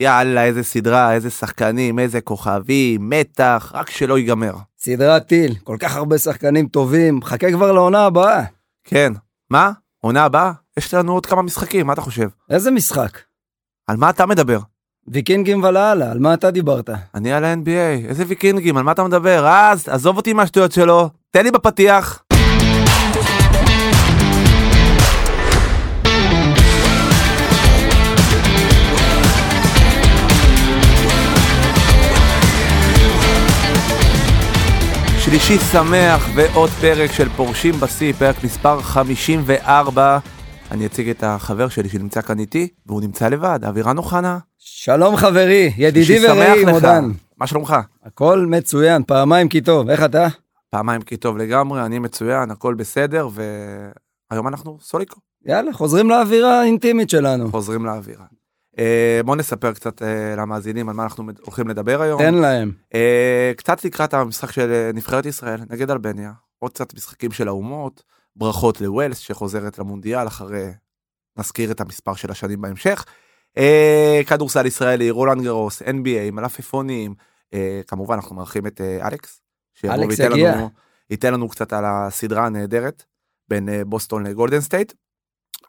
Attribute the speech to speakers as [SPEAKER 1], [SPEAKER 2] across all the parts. [SPEAKER 1] יאללה, איזה סדרה, איזה שחקנים, איזה כוכבים, מתח, רק שלא ייגמר.
[SPEAKER 2] סדרת טיל, כל כך הרבה שחקנים טובים, חכה כבר לעונה הבאה.
[SPEAKER 1] כן. מה? עונה הבאה? יש לנו עוד כמה משחקים, מה אתה חושב?
[SPEAKER 2] איזה משחק?
[SPEAKER 1] על מה אתה מדבר?
[SPEAKER 2] ויקינגים ולאללה, על מה אתה דיברת?
[SPEAKER 1] אני על ה-NBA, איזה ויקינגים, על מה אתה מדבר? אז, עזוב אותי מהשטויות שלו, תן לי בפתיח. שלישי שמח ועוד פרק של פורשים בשיא, פרק מספר 54. אני אציג את החבר שלי שנמצא כאן איתי, והוא נמצא לבד, אבירן אוחנה.
[SPEAKER 2] שלום חברי, ידידי
[SPEAKER 1] שלישי שמח
[SPEAKER 2] ורעי
[SPEAKER 1] לך.
[SPEAKER 2] מודן.
[SPEAKER 1] מה שלומך?
[SPEAKER 2] הכל מצוין, פעמיים כי טוב, איך אתה?
[SPEAKER 1] פעמיים כי טוב לגמרי, אני מצוין, הכל בסדר, והיום אנחנו סוליקו,
[SPEAKER 2] יאללה, חוזרים לאווירה האינטימית שלנו.
[SPEAKER 1] חוזרים לאווירה. אה, בוא נספר קצת אה, למאזינים על מה אנחנו מד- הולכים לדבר היום.
[SPEAKER 2] תן להם.
[SPEAKER 1] אה, קצת לקראת המשחק של אה, נבחרת ישראל נגד אלבניה, עוד קצת משחקים של האומות, ברכות לווילס שחוזרת למונדיאל אחרי, נזכיר את המספר של השנים בהמשך. אה, כדורסל ישראלי, רולנד גרוס, NBA, מלפפונים, אה, כמובן אנחנו מארחים את אה, אלכס, שיבוא
[SPEAKER 2] אלכס
[SPEAKER 1] וייתן
[SPEAKER 2] יגיע.
[SPEAKER 1] לנו, ייתן לנו קצת על הסדרה הנהדרת בין אה, בוסטון לגולדן סטייט.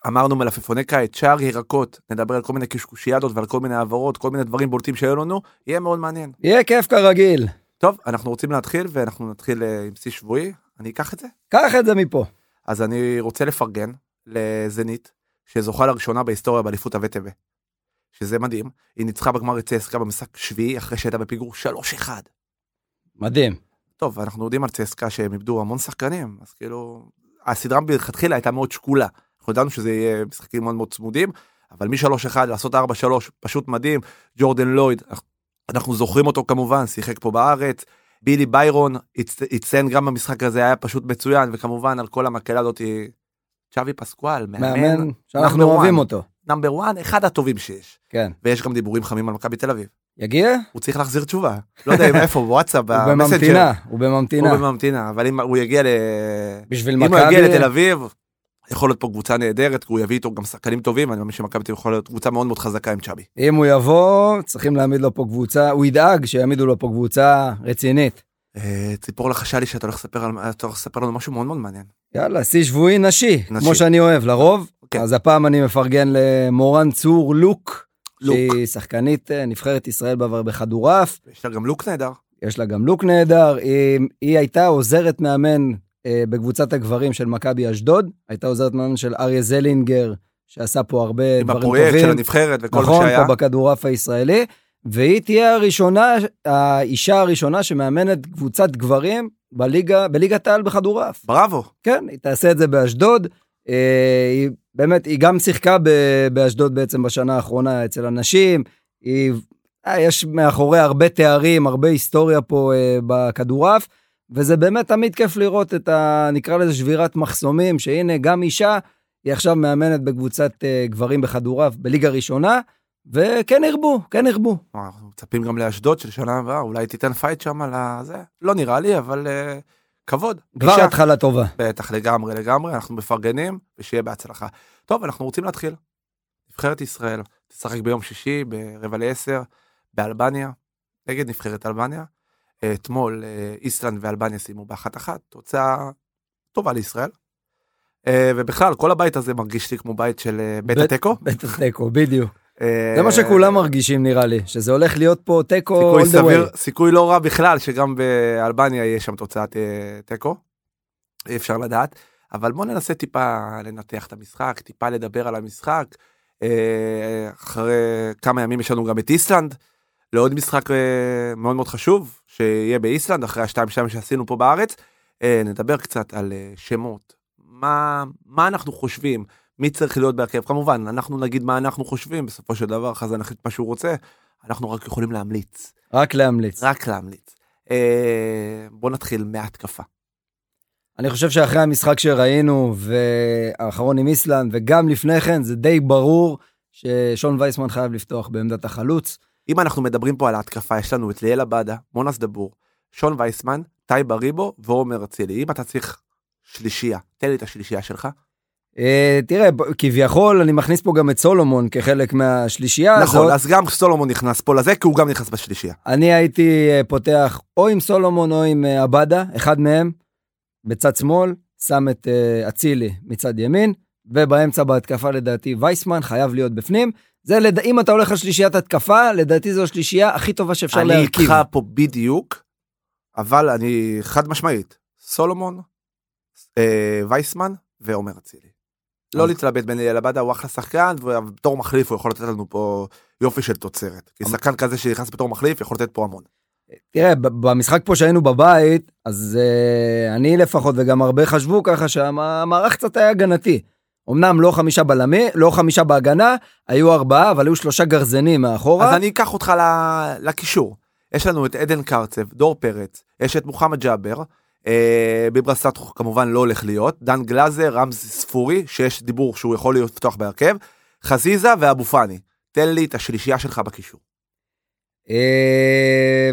[SPEAKER 1] אמרנו מלפפוני קיץ, שער ירקות, נדבר על כל מיני קשקושיאדות ועל כל מיני העברות, כל מיני דברים בולטים שהיו לנו, יהיה מאוד מעניין.
[SPEAKER 2] יהיה כיף כרגיל.
[SPEAKER 1] טוב, אנחנו רוצים להתחיל, ואנחנו נתחיל אה, עם שיא שבועי, אני אקח את זה.
[SPEAKER 2] קח את זה מפה.
[SPEAKER 1] אז אני רוצה לפרגן לזנית, שזוכה לראשונה בהיסטוריה באליפות הוטב, שזה מדהים. היא ניצחה בגמר את צסקה במשחק שביעי, אחרי שהייתה בפיגור 3-1.
[SPEAKER 2] מדהים.
[SPEAKER 1] טוב, אנחנו יודעים על צסקה שהם איבדו המון שחקנים, אז כאילו, הסדרה מלכתחילה הייתה מאוד שקולה. אנחנו ידענו שזה יהיה משחקים מאוד מאוד צמודים, אבל מ-3-1 לעשות 4-3, פשוט מדהים. ג'ורדן לויד, אנחנו- אנחנו זוכרים אותו כמובן, שיחק פה בארץ. בילי ביירון הצ- הצטיין גם במשחק הזה, היה פשוט מצוין, וכמובן על כל המקהלה הזאת, צ'אבי פסקואל, מאמן,
[SPEAKER 2] מאמן שאנחנו
[SPEAKER 1] number
[SPEAKER 2] אוהבים
[SPEAKER 1] one.
[SPEAKER 2] אותו.
[SPEAKER 1] נאמבר 1, אחד הטובים שיש.
[SPEAKER 2] כן.
[SPEAKER 1] ויש גם דיבורים חמים על מכבי תל אביב.
[SPEAKER 2] יגיע?
[SPEAKER 1] הוא צריך להחזיר תשובה. לא יודע אם איפה, בוואטסאפ,
[SPEAKER 2] הוא
[SPEAKER 1] במסנג'ר.
[SPEAKER 2] בממתינה, הוא בממתינה.
[SPEAKER 1] הוא בממתינה, אבל אם הוא יגיע ל...
[SPEAKER 2] בשביל
[SPEAKER 1] אם הוא יגיע לתל
[SPEAKER 2] מכבי,
[SPEAKER 1] אביב, יכול להיות פה קבוצה נהדרת, כי הוא יביא איתו גם שחקנים טובים, אני מאמין שמכבי תל אביב יכולה להיות קבוצה מאוד מאוד חזקה עם צ'אבי.
[SPEAKER 2] אם הוא יבוא, צריכים להעמיד לו פה קבוצה, הוא ידאג שיעמידו לו פה קבוצה רצינית.
[SPEAKER 1] אה, ציפור לחשה לי שאתה הולך לספר, על... אתה הולך לספר לנו משהו מאוד מאוד מעניין.
[SPEAKER 2] יאללה, שיא שבועי נשי, כמו
[SPEAKER 1] נשי.
[SPEAKER 2] שאני אוהב, לרוב.
[SPEAKER 1] כן.
[SPEAKER 2] אז הפעם אני מפרגן למורן צור לוק,
[SPEAKER 1] לוק.
[SPEAKER 2] שהיא שחקנית אה, נבחרת ישראל בעבר בכדורעף,
[SPEAKER 1] יש לה גם לוק נהדר.
[SPEAKER 2] יש לה גם לוק נהדר, היא, היא הייתה עוזרת מאמן אה, בקבוצת הגברים של מכבי אשדוד, הייתה עוזרת מאמן של אריה זלינגר, שעשה פה הרבה
[SPEAKER 1] עם
[SPEAKER 2] דברים
[SPEAKER 1] הפרויקט של
[SPEAKER 2] טובים.
[SPEAKER 1] הנבחרת וכל מה
[SPEAKER 2] נכון,
[SPEAKER 1] שהיה.
[SPEAKER 2] פה בכדורעף הישראלי, והיא תהיה הראשונה, האישה הראשונה שמאמנת קבוצת גברים בליגה, בליגת העל בכדורעף.
[SPEAKER 1] בראבו.
[SPEAKER 2] כן, היא תעשה את זה באשדוד. אה, היא באמת, היא גם שיחקה ב- באשדוד בעצם בשנה האחרונה אצל הנשים. היא, אה, יש מאחורי הרבה תארים, הרבה היסטוריה פה אה, בכדורעף, וזה באמת תמיד כיף לראות את ה... נקרא לזה שבירת מחסומים, שהנה גם אישה, היא עכשיו מאמנת בקבוצת אה, גברים בכדורעף בליגה ראשונה, וכן ירבו, כן ירבו.
[SPEAKER 1] וואו, אנחנו מצפים גם לאשדוד של שנה הבאה, אולי תיתן פייט שם על הזה. לא נראה לי, אבל אה, כבוד.
[SPEAKER 2] כבר
[SPEAKER 1] אישה.
[SPEAKER 2] התחלה טובה.
[SPEAKER 1] בטח, לגמרי, לגמרי, אנחנו מפרגנים, ושיהיה בהצלחה. טוב, אנחנו רוצים להתחיל. נבחרת ישראל תשחק ביום שישי ברבע לעשר באלבניה, נגד נבחרת אלבניה. אה, אתמול אה, איסלנד ואלבניה סיימו באחת אחת, תוצאה טובה לישראל. אה, ובכלל, כל הבית הזה מרגיש לי כמו בית של אה, בית
[SPEAKER 2] בית-
[SPEAKER 1] התיקו.
[SPEAKER 2] בטח תיקו, בדיוק.
[SPEAKER 1] אה,
[SPEAKER 2] זה מה שכולם מרגישים נראה לי, שזה הולך להיות פה תיקו
[SPEAKER 1] סיכוי
[SPEAKER 2] all the way.
[SPEAKER 1] סביר, סיכוי לא רע בכלל שגם באלבניה יש שם תוצאת אה, תיקו, אי אפשר לדעת, אבל בוא ננסה טיפה לנתח את המשחק, טיפה לדבר על המשחק. אה, אחרי כמה ימים יש לנו גם את איסלנד, לעוד משחק אה, מאוד מאוד חשוב, שיהיה באיסלנד, אחרי השתיים שתיים שעשינו פה בארץ. אה, נדבר קצת על אה, שמות, מה, מה אנחנו חושבים, מי צריך להיות בהרכב. כמובן, אנחנו נגיד מה אנחנו חושבים, בסופו של דבר חזן יחליט מה שהוא רוצה, אנחנו רק יכולים להמליץ.
[SPEAKER 2] רק להמליץ.
[SPEAKER 1] רק להמליץ. אה, בוא נתחיל מההתקפה.
[SPEAKER 2] אני חושב שאחרי המשחק שראינו, והאחרון עם איסלנד, וגם לפני כן, זה די ברור ששון וייסמן חייב לפתוח בעמדת החלוץ.
[SPEAKER 1] אם אנחנו מדברים פה על ההתקפה, יש לנו את ליאל עבדה, מונס דבור, שון וייסמן, טייב אריבו ועומר אצילי. אם אתה צריך שלישייה, תן לי את השלישייה שלך.
[SPEAKER 2] אה, תראה, ב- כביכול אני מכניס פה גם את סולומון כחלק מהשלישייה הזאת.
[SPEAKER 1] נכון, אז גם סולומון נכנס פה לזה, כי הוא גם נכנס בשלישייה.
[SPEAKER 2] אני הייתי אה, פותח או עם סולומון או עם אה, עבדה, אחד מהם, בצד שמאל, שם את אה, אצילי מצד ימין, ובאמצע בהתקפה לדעתי וייסמן חייב להיות בפנים. זה לד... אם אתה הולך על שלישיית התקפה, לדעתי זו השלישייה הכי טובה שאפשר
[SPEAKER 1] אני
[SPEAKER 2] להרכיב.
[SPEAKER 1] איתך פה בדיוק, אבל אני חד משמעית, סולומון, אה, וייסמן ועומר אצילי. לא
[SPEAKER 2] אוקיי.
[SPEAKER 1] להתלבט בין אייל עבדה, הוא אחלה שחקן, ובתור מחליף הוא יכול לתת לנו פה יופי של תוצרת. כי
[SPEAKER 2] אמ-
[SPEAKER 1] שחקן כזה שנכנס בתור מחליף יכול לתת פה המון.
[SPEAKER 2] תראה, ב- במשחק פה שהיינו בבית, אז uh, אני לפחות וגם הרבה חשבו ככה שהמערך קצת היה הגנתי. אמנם לא חמישה בלמי, לא חמישה בהגנה, היו ארבעה, אבל היו שלושה גרזנים מאחורה.
[SPEAKER 1] אז אני אקח אותך ל- לקישור. יש לנו את עדן קרצב, דור פרץ, יש את מוחמד ג'אבר, אה, ביברה סטחו כמובן לא הולך להיות, דן גלאזר, רמזי ספורי, שיש דיבור שהוא יכול להיות לפתוח בהרכב, חזיזה ואבו פאני. תן לי את השלישייה שלך בקישור.
[SPEAKER 2] אה,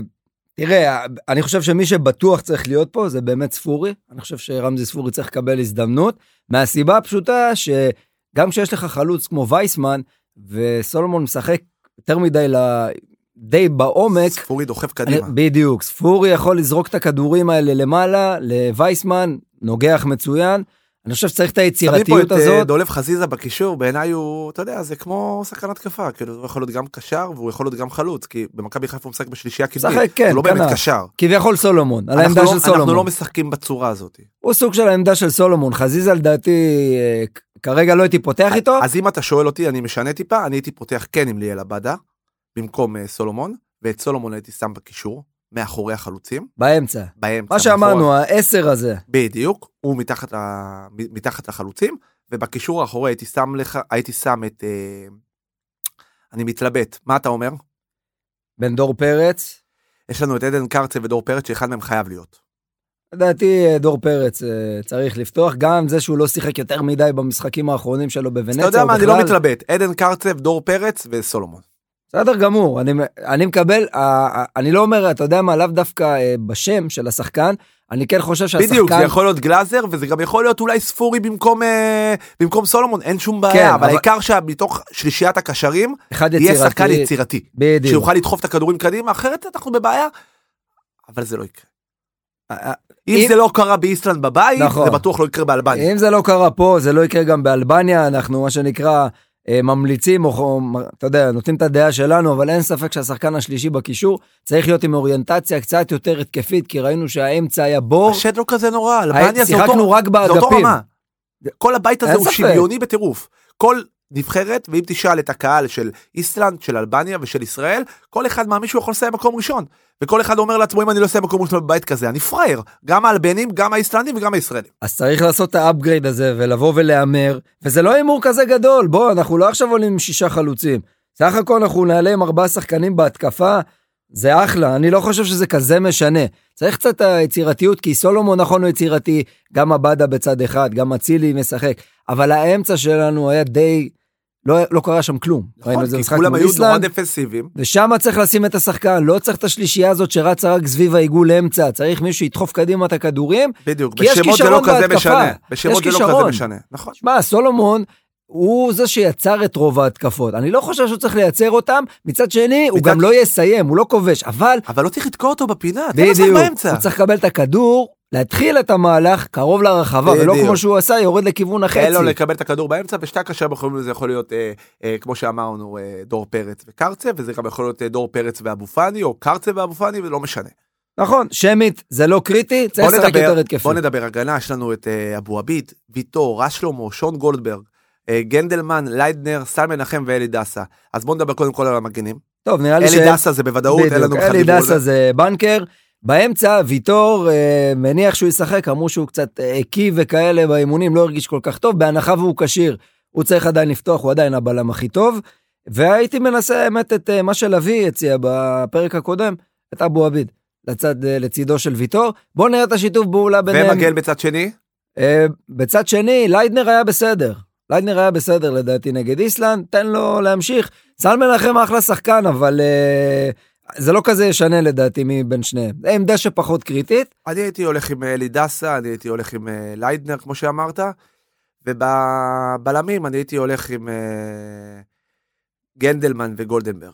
[SPEAKER 2] תראה, אני חושב שמי שבטוח צריך להיות פה זה באמת ספורי. אני חושב שרמזי ספורי צריך לקבל הזדמנות, מהסיבה הפשוטה שגם כשיש לך חלוץ כמו וייסמן, וסולומון משחק יותר מדי ל... די בעומק.
[SPEAKER 1] ספורי דוחף
[SPEAKER 2] אני-
[SPEAKER 1] קדימה.
[SPEAKER 2] בדיוק, ספורי יכול לזרוק את הכדורים האלה למעלה, לווייסמן, נוגח מצוין. אני חושב שצריך את
[SPEAKER 1] שמים פה את
[SPEAKER 2] היצירתיות
[SPEAKER 1] אה,
[SPEAKER 2] הזאת.
[SPEAKER 1] דולב חזיזה בקישור, בעיניי הוא, אתה יודע, זה כמו שחקן התקפה, כאילו הוא יכול להיות גם קשר והוא יכול להיות גם חלוץ, כי במכבי חיפה הוא משחק בשלישייה קדמית,
[SPEAKER 2] משחק, כן,
[SPEAKER 1] הוא לא באמת
[SPEAKER 2] כנף.
[SPEAKER 1] קשר.
[SPEAKER 2] כביכול סולומון, על
[SPEAKER 1] אנחנו
[SPEAKER 2] העמדה
[SPEAKER 1] לא-
[SPEAKER 2] של
[SPEAKER 1] אנחנו לא
[SPEAKER 2] סולומון.
[SPEAKER 1] משחקים בצורה הזאת.
[SPEAKER 2] הוא סוג של העמדה של סולומון, חזיזה לדעתי, אה, כ- כרגע לא הייתי פותח איתו.
[SPEAKER 1] אה, אז אם אתה שואל אותי, אני משנה טיפה, אני הייתי פותח כן עם ליאל עבדה, במקום אה, סולומון, ואת סולומון הייתי שם בקישור, מאחורי החלוצים,
[SPEAKER 2] באמצע.
[SPEAKER 1] באמצע.
[SPEAKER 2] מה שאמרנו, אה.
[SPEAKER 1] מאחורי-
[SPEAKER 2] העשר הזה.
[SPEAKER 1] בדיוק, הוא מתחת, ל- מ- מתחת לחלוצים, ובקישור האחורי הייתי שם לך, הייתי שם את... אה, אני מתלבט, מה אתה אומר?
[SPEAKER 2] בן דור פרץ,
[SPEAKER 1] יש לנו את עדן קרצה ודור פרץ, שאחד מהם חייב להיות.
[SPEAKER 2] לדעתי אה, דור פרץ אה, צריך לפתוח, גם זה שהוא לא שיחק יותר מדי במשחקים האחרונים שלו
[SPEAKER 1] אז אתה
[SPEAKER 2] בוונציה,
[SPEAKER 1] יודע
[SPEAKER 2] או
[SPEAKER 1] מה, אני לא
[SPEAKER 2] בכלל.
[SPEAKER 1] מתלבט, עדן קרצב, דור פרץ וסולומון.
[SPEAKER 2] בסדר גמור, אני, אני מקבל, אה, אה, אני לא אומר, אתה יודע מה, לאו דווקא אה, בשם של השחקן, אני כן חושב שהשחקן...
[SPEAKER 1] בדיוק, זה יכול להיות גלאזר, וזה גם יכול להיות אולי ספורי במקום אה, במקום סולומון, אין שום
[SPEAKER 2] כן,
[SPEAKER 1] בעיה, אבל
[SPEAKER 2] אבל-
[SPEAKER 1] העיקר שמתוך שלישיית הקשרים,
[SPEAKER 2] אחד
[SPEAKER 1] יהיה
[SPEAKER 2] יצירתי.
[SPEAKER 1] שחקן יצירתי,
[SPEAKER 2] בדיוק.
[SPEAKER 1] שיוכל לדחוף את הכדורים קדימה, אחרת אנחנו בבעיה, אבל זה לא יקרה.
[SPEAKER 2] אה,
[SPEAKER 1] אם
[SPEAKER 2] אם-
[SPEAKER 1] זה לא קרה באיסלנד בבית,
[SPEAKER 2] נכון.
[SPEAKER 1] זה בטוח לא יקרה באלבניה.
[SPEAKER 2] אם זה לא קרה פה, זה לא יקרה גם באלבניה, אנחנו מה שנקרא אה, ממליצים, או- או אתה יודע, נותנים את הדעה שלנו, אבל אין ספק שהשחקן השלישי בקישור צריך להיות עם אוריינטציה קצת יותר התקפית, כי ראינו שהאמצע היה בור.
[SPEAKER 1] השד לא כזה נורא, אלבניה זה אותו
[SPEAKER 2] שיחקנו רק
[SPEAKER 1] זה אותו
[SPEAKER 2] באגפים.
[SPEAKER 1] לא רמה. כל הבית הזה
[SPEAKER 2] אין
[SPEAKER 1] הוא
[SPEAKER 2] ספק.
[SPEAKER 1] שוויוני בטירוף. כל נבחרת, ואם תשאל את הקהל של איסלנד, של אלבניה ושל ישראל, כל אחד מאמין שהוא יכול לסיים מקום ראשון. וכל אחד אומר לעצמו, אם אני לא אסיים מקום ראשון בבית כזה, אני פראייר. גם האלבנים, גם האיסלנדים וגם הישראלים.
[SPEAKER 2] אז צריך לעשות את האפגרייד הזה ולבוא ולהמר, וזה לא הימור כזה גדול, בוא, אנחנו לא עכשיו עולים עם שישה חלוצים. סך הכל אנחנו נעלה עם ארבעה שחקנים בהתקפה, זה אחלה, אני לא חושב שזה כזה משנה. צריך קצת היצירתיות, כי סולומון נכון הוא יצירתי, גם עבדה בצד אחד, גם אצילי משחק, אבל האמצע שלנו היה די, לא, לא קרה שם כלום. ראינו את
[SPEAKER 1] נכון,
[SPEAKER 2] זה
[SPEAKER 1] כי
[SPEAKER 2] משחק
[SPEAKER 1] אוקיי, כולם
[SPEAKER 2] מול
[SPEAKER 1] היו נורא
[SPEAKER 2] איסלנד,
[SPEAKER 1] דפנסיביים.
[SPEAKER 2] ושם צריך לשים את השחקן, לא צריך את השלישייה הזאת שרצה רק סביב העיגול אמצע, צריך מישהו שידחוף קדימה את הכדורים,
[SPEAKER 1] בדיוק,
[SPEAKER 2] כי יש
[SPEAKER 1] בשמות זה לא
[SPEAKER 2] כישרון
[SPEAKER 1] כזה
[SPEAKER 2] בהתקפה.
[SPEAKER 1] משנה.
[SPEAKER 2] יש
[SPEAKER 1] בשמות זה לא כזה
[SPEAKER 2] כישרון.
[SPEAKER 1] משנה, נכון.
[SPEAKER 2] שמע, סולומון הוא זה שיצר את רוב ההתקפות. אני לא חושב שהוא צריך לייצר אותם, מצד שני, הוא
[SPEAKER 1] מצד-
[SPEAKER 2] גם לא יסיים, הוא לא כובש, אבל
[SPEAKER 1] אבל לא צריך לתקוע אותו בפינה, תן לו שחק
[SPEAKER 2] בדיוק,
[SPEAKER 1] לא באמצע.
[SPEAKER 2] הוא צריך לקבל את הכדור, להתחיל את המהלך קרוב לרחבה, ולא
[SPEAKER 1] בדיוק.
[SPEAKER 2] כמו שהוא עשה, יורד לכיוון
[SPEAKER 1] אין
[SPEAKER 2] החצי.
[SPEAKER 1] לו לקבל את הכדור באמצע, ושתי הקשרים האחרונים לזה יכול להיות, אה, אה, כמו שאמרנו, אה, דור פרץ וקרצה, וזה גם יכול להיות אה, דור פרץ ואבו פאני, או קרצה ואבו פאני, ולא משנה.
[SPEAKER 2] נכון, שמית, זה לא קריטי, צריך
[SPEAKER 1] בוא
[SPEAKER 2] לשחק
[SPEAKER 1] נדבר,
[SPEAKER 2] יותר התקפי.
[SPEAKER 1] בוא נדבר הגנה, יש לנו את אה, אבו עביד, ויטור, רז שלמה, שון גולדברג, אה, גנדלמן, ליידנר, סל מנחם ואלי דסה. אז בוא נדבר קודם כל על המגנים.
[SPEAKER 2] טוב, נראה לי ש...
[SPEAKER 1] אלי דסה זה בוודאות, אין לנו
[SPEAKER 2] בדיוק,
[SPEAKER 1] בכלל
[SPEAKER 2] אלי
[SPEAKER 1] דיבור על
[SPEAKER 2] דסה זה בנקר. באמצע ויטור אה, מניח שהוא ישחק, אמרו שהוא קצת אה, הקיא וכאלה באימונים, לא הרגיש כל כך טוב, בהנחה והוא כשיר, הוא צריך עדיין לפתוח, הוא עדיין הבלם הכי טוב. והייתי מנסה האמת את אה, מה שלוי הציע בפרק הקודם, את אבו עביד, לצד, אה, לצידו של ויטור. בואו נראה את השיתוף פעולה ביניהם.
[SPEAKER 1] ומגן בצד שני,
[SPEAKER 2] אה, בצד שני, ליידנר היה בסדר. ליידנר היה בסדר לדעתי נגד איסלנד, תן לו להמשיך. סל מנחם אחלה שחקן, אבל אה, זה לא כזה ישנה לדעתי מבין שניהם. זה עמדה שפחות קריטית.
[SPEAKER 1] אני הייתי הולך עם אה, אלי דסה, אני הייתי הולך עם אה, ליידנר, כמו שאמרת, ובבלמים אני הייתי הולך עם אה, גנדלמן וגולדנברג.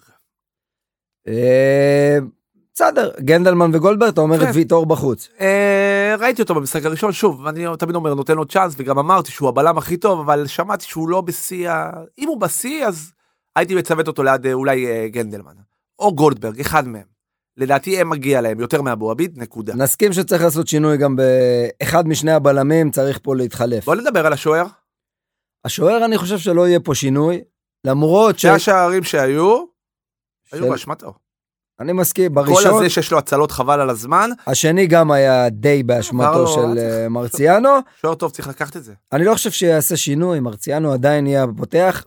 [SPEAKER 2] אה, בסדר, גנדלמן וגולדברג, אתה אומר
[SPEAKER 1] כן.
[SPEAKER 2] את ויטור בחוץ.
[SPEAKER 1] אה, ראיתי אותו במשחק הראשון, שוב, אני תמיד אומר, נותן לו צ'אנס, וגם אמרתי שהוא הבלם הכי טוב, אבל שמעתי שהוא לא בשיא, ה- אם הוא בשיא, אז הייתי מצוות אותו ליד אה, אולי אה, גנדלמן, או גולדברג, אחד מהם. לדעתי הם מגיע להם יותר מאבו עביד, נקודה.
[SPEAKER 2] נסכים שצריך לעשות שינוי גם באחד משני הבלמים, צריך פה להתחלף.
[SPEAKER 1] בוא נדבר על השוער,
[SPEAKER 2] השוער, אני חושב שלא יהיה פה שינוי, למרות ש...
[SPEAKER 1] שני השערים שהיו,
[SPEAKER 2] של-
[SPEAKER 1] היו באשמתו.
[SPEAKER 2] אני מסכים,
[SPEAKER 1] כל
[SPEAKER 2] בראשון,
[SPEAKER 1] הזה שיש לו הצלות חבל על הזמן,
[SPEAKER 2] השני גם היה די באשמתו
[SPEAKER 1] עברנו,
[SPEAKER 2] של
[SPEAKER 1] אה,
[SPEAKER 2] אה, מרציאנו.
[SPEAKER 1] שוער טוב צריך לקחת את זה.
[SPEAKER 2] אני לא חושב שיעשה שינוי, מרציאנו עדיין יהיה הפותח,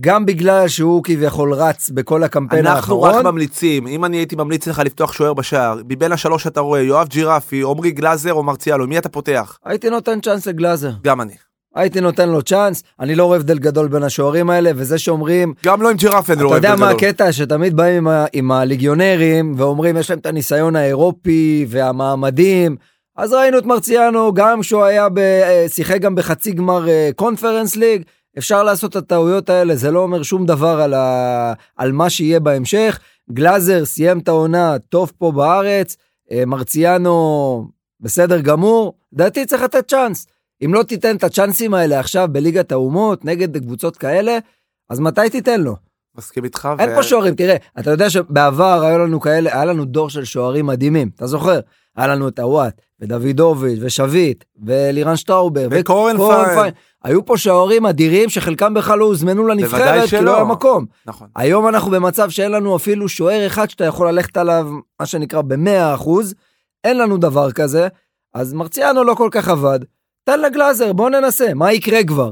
[SPEAKER 2] גם בגלל שהוא כביכול רץ בכל הקמפיין
[SPEAKER 1] אנחנו רק
[SPEAKER 2] האחרון.
[SPEAKER 1] ממליצים, אם אני הייתי ממליץ לך לפתוח שוער בשער, מבין השלוש שאתה רואה, יואב ג'ירפי, עמרי גלאזר או מרציאלו, מי אתה פותח?
[SPEAKER 2] הייתי נותן צ'אנס לגלאזר,
[SPEAKER 1] גם אני.
[SPEAKER 2] הייתי נותן לו צ'אנס, אני לא רואה הבדל גדול בין השוערים האלה, וזה שאומרים,
[SPEAKER 1] גם לא עם ג'ירפי, אני לא
[SPEAKER 2] אתה
[SPEAKER 1] רואה
[SPEAKER 2] יודע
[SPEAKER 1] הבדל
[SPEAKER 2] מה
[SPEAKER 1] גדול.
[SPEAKER 2] הקטע, שתמיד באים עם, ה, עם הליגיונרים ואומרים, יש להם את הניסיון האירופי והמעמדים, אז ראינו את מרציאנו, גם כשהוא היה, ב, אה, שיחק גם בחצי גמר אה, קונפרנס ליג, אפשר לעשות את הטעויות האלה, זה לא אומר שום דבר על, ה, על מה שיהיה בהמשך. גלאזר סיים את העונה טוב פה בארץ, אה, מרציאנו בסדר גמור, לדעתי צריך לתת צ'אנס. אם לא תיתן את הצ'אנסים האלה עכשיו בליגת האומות נגד קבוצות כאלה, אז מתי תיתן לו?
[SPEAKER 1] מסכים איתך.
[SPEAKER 2] אין
[SPEAKER 1] ו-
[SPEAKER 2] פה שוערים, תראה, אתה יודע שבעבר היו לנו כאלה, היה לנו דור של שוערים מדהימים, אתה זוכר? היה לנו את הוואט, ודוידוביץ', ושביט, ולירן שטראובר,
[SPEAKER 1] וקורנפיין.
[SPEAKER 2] וקורנפיין. היו פה שוערים אדירים שחלקם בכלל לא הוזמנו לנבחרת, כי
[SPEAKER 1] שלא.
[SPEAKER 2] לא היה מקום.
[SPEAKER 1] נכון.
[SPEAKER 2] היום אנחנו במצב שאין לנו אפילו שוער אחד שאתה יכול ללכת עליו, מה שנקרא, במאה אחוז. אין לנו דבר כזה, אז מרציאנו לא כל כך עבד. תן לגלאזר, בוא ננסה, מה יקרה כבר?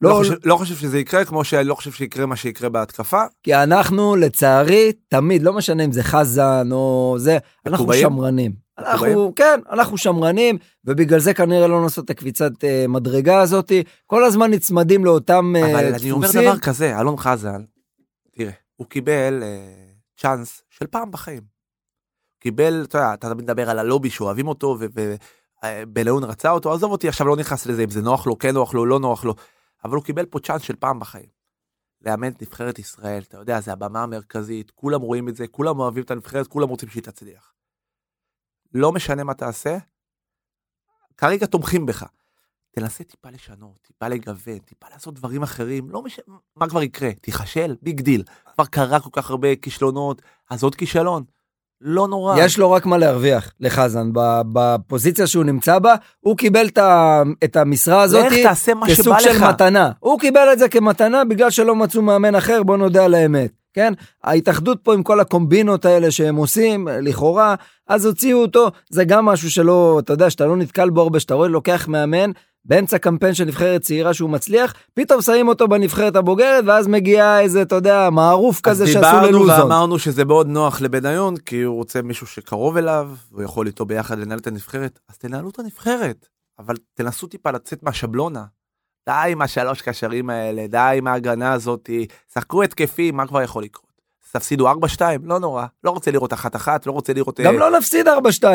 [SPEAKER 1] לא
[SPEAKER 2] לא,
[SPEAKER 1] חושב- לא חושב שזה יקרה, כמו שאני לא חושב שיקרה מה שיקרה בהתקפה.
[SPEAKER 2] כי אנחנו לצערי תמיד לא משנה אם זה חזן או זה אנחנו
[SPEAKER 1] מקובעים?
[SPEAKER 2] שמרנים אנחנו כן אנחנו שמרנים ובגלל זה כנראה לא נעשות את הקביצת אה, מדרגה הזאתי כל הזמן נצמדים לאותם אה,
[SPEAKER 1] אבל אני אומר
[SPEAKER 2] דפוסים
[SPEAKER 1] דבר כזה, אלון חזן, תראה, הוא קיבל אה, צ'אנס של פעם בחיים. קיבל, אתה יודע, אתה תמיד מדבר על הלובי שאוהבים אותו, ובליון רצה אותו, עזוב אותי, עכשיו לא נכנס לזה, אם זה נוח לו, כן נוח לו, לא נוח לו, אבל הוא קיבל פה צ'אנס של פעם בחיים. לאמן את נבחרת ישראל, אתה יודע, זה הבמה המרכזית, כולם רואים את זה, כולם אוהבים את הנבחרת, כולם רוצים שהיא תצליח. לא משנה מה תעשה, כרגע תומכים בך. תנסה טיפה לשנות, טיפה לגוון, טיפה לעשות דברים אחרים, לא משנה, מה כבר יקרה? תיכשל? ביג דיל. כבר קרה כל כך הרבה כישלונות, אז עוד כישלון. לא נורא.
[SPEAKER 2] יש לו רק מה להרוויח לחזן ב- בפוזיציה שהוא נמצא בה הוא קיבל את ה- את המשרה
[SPEAKER 1] לך
[SPEAKER 2] הזאתי
[SPEAKER 1] תעשה מה שבא
[SPEAKER 2] כסוג של
[SPEAKER 1] לך.
[SPEAKER 2] מתנה. הוא קיבל את זה כמתנה בגלל שלא מצאו מאמן אחר, בוא נודה על האמת. כן? ההתאחדות פה עם כל הקומבינות האלה שהם עושים, לכאורה, אז הוציאו אותו, זה גם משהו שלא, אתה יודע, שאתה לא נתקל בו הרבה, שאתה רואה, לוקח מאמן, באמצע קמפיין של נבחרת צעירה שהוא מצליח, פתאום שמים אותו בנבחרת הבוגרת, ואז מגיע איזה, אתה יודע, מערוף כזה שעשו
[SPEAKER 1] אז דיברנו
[SPEAKER 2] ללוזון.
[SPEAKER 1] ואמרנו שזה מאוד נוח לבניון, כי הוא רוצה מישהו שקרוב אליו, הוא יכול איתו ביחד לנהל את הנבחרת, אז תנהלו את הנבחרת, אבל תנסו טיפה לצאת מהשבלונה. די עם השלוש קשרים האלה, די עם ההגנה הזאת, שחקו התקפים, מה כבר יכול לקרות? תפסידו 4-2, לא נורא, לא רוצה לראות אחת-אחת, לא רוצה לראות...
[SPEAKER 2] גם
[SPEAKER 1] אה,
[SPEAKER 2] לא נפסיד 4-2,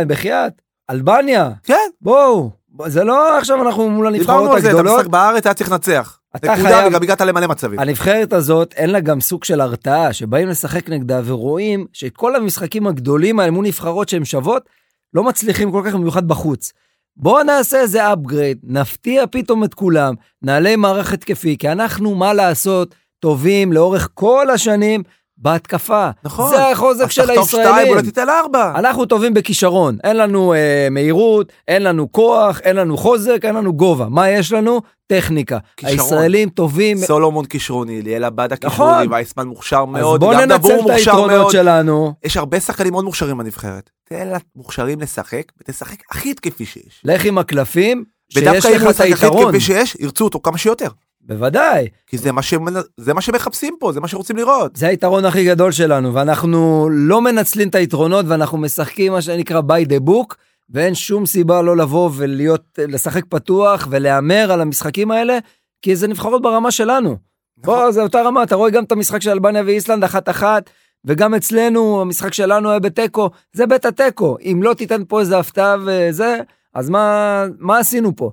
[SPEAKER 2] בחייאת. אלבניה,
[SPEAKER 1] כן,
[SPEAKER 2] בואו. זה לא עכשיו אנחנו מול
[SPEAKER 1] דיברנו
[SPEAKER 2] הנבחרות
[SPEAKER 1] על זה, את
[SPEAKER 2] הגדולות.
[SPEAKER 1] המשחק בארץ היה צריך לנצח.
[SPEAKER 2] אתה
[SPEAKER 1] נקודה,
[SPEAKER 2] חייב-
[SPEAKER 1] וגם הגעת למלא מצבים.
[SPEAKER 2] הנבחרת הזאת אין לה גם סוג של הרתעה שבאים לשחק נגדה ורואים שאת כל המשחקים הגדולים האלה מול נבחרות שהן שוות לא מצליחים כל כך במיוחד בחוץ. בואו נעשה איזה upgrade, נפתיע פתאום את כולם, נעלה מערך התקפי כי אנחנו מה לעשות טובים לאורך כל השנים בהתקפה.
[SPEAKER 1] נכון.
[SPEAKER 2] זה החוזק
[SPEAKER 1] אז
[SPEAKER 2] של
[SPEAKER 1] תחטוף שתיים,
[SPEAKER 2] הישראלים.
[SPEAKER 1] אולי תיתן ארבע.
[SPEAKER 2] אנחנו טובים בכישרון, אין לנו אה, מהירות, אין לנו כוח, אין לנו חוזק, אין לנו גובה. מה יש לנו? טכניקה.
[SPEAKER 1] כישרון.
[SPEAKER 2] הישראלים טובים
[SPEAKER 1] סולומון כישרוני, ליאלה באדה
[SPEAKER 2] נכון.
[SPEAKER 1] כישרוני, וייסמן מוכשר מאוד,
[SPEAKER 2] אז בוא
[SPEAKER 1] גם
[SPEAKER 2] ננצל
[SPEAKER 1] דבור
[SPEAKER 2] את
[SPEAKER 1] מוכשר
[SPEAKER 2] היתרונות
[SPEAKER 1] מאוד.
[SPEAKER 2] שלנו.
[SPEAKER 1] יש הרבה שחקנים מאוד מוכשרים בנבחרת. תן למוכשרים לשחק, ותשחק הכי התקפי שיש.
[SPEAKER 2] לך עם הקלפים, שיש
[SPEAKER 1] ודווקא אם
[SPEAKER 2] לך
[SPEAKER 1] הוא
[SPEAKER 2] את
[SPEAKER 1] ישחק הכי
[SPEAKER 2] היתרון.
[SPEAKER 1] התקפי שיש, ירצו אותו כמה שיותר.
[SPEAKER 2] בוודאי,
[SPEAKER 1] כי זה מה שמנ- זה מה שמחפשים פה, זה מה שרוצים לראות.
[SPEAKER 2] זה היתרון הכי גדול שלנו, ואנחנו לא מנצלים את היתרונות, ואנחנו משחקים מה שנקרא by the book, ואין שום סיבה לא לבוא ולהיות, לשחק פתוח ולהמר על המשחקים האלה, כי זה נבחרות ברמה שלנו.
[SPEAKER 1] נכון.
[SPEAKER 2] בוא, זה אותה רמה, אתה רואה גם את המשחק של אלבניה ואיסלנד אחת-אחת, וגם אצלנו, המשחק שלנו היה בתיקו, זה בית התיקו. אם לא תיתן פה איזה הפתעה וזה, אז מה, מה עשינו פה?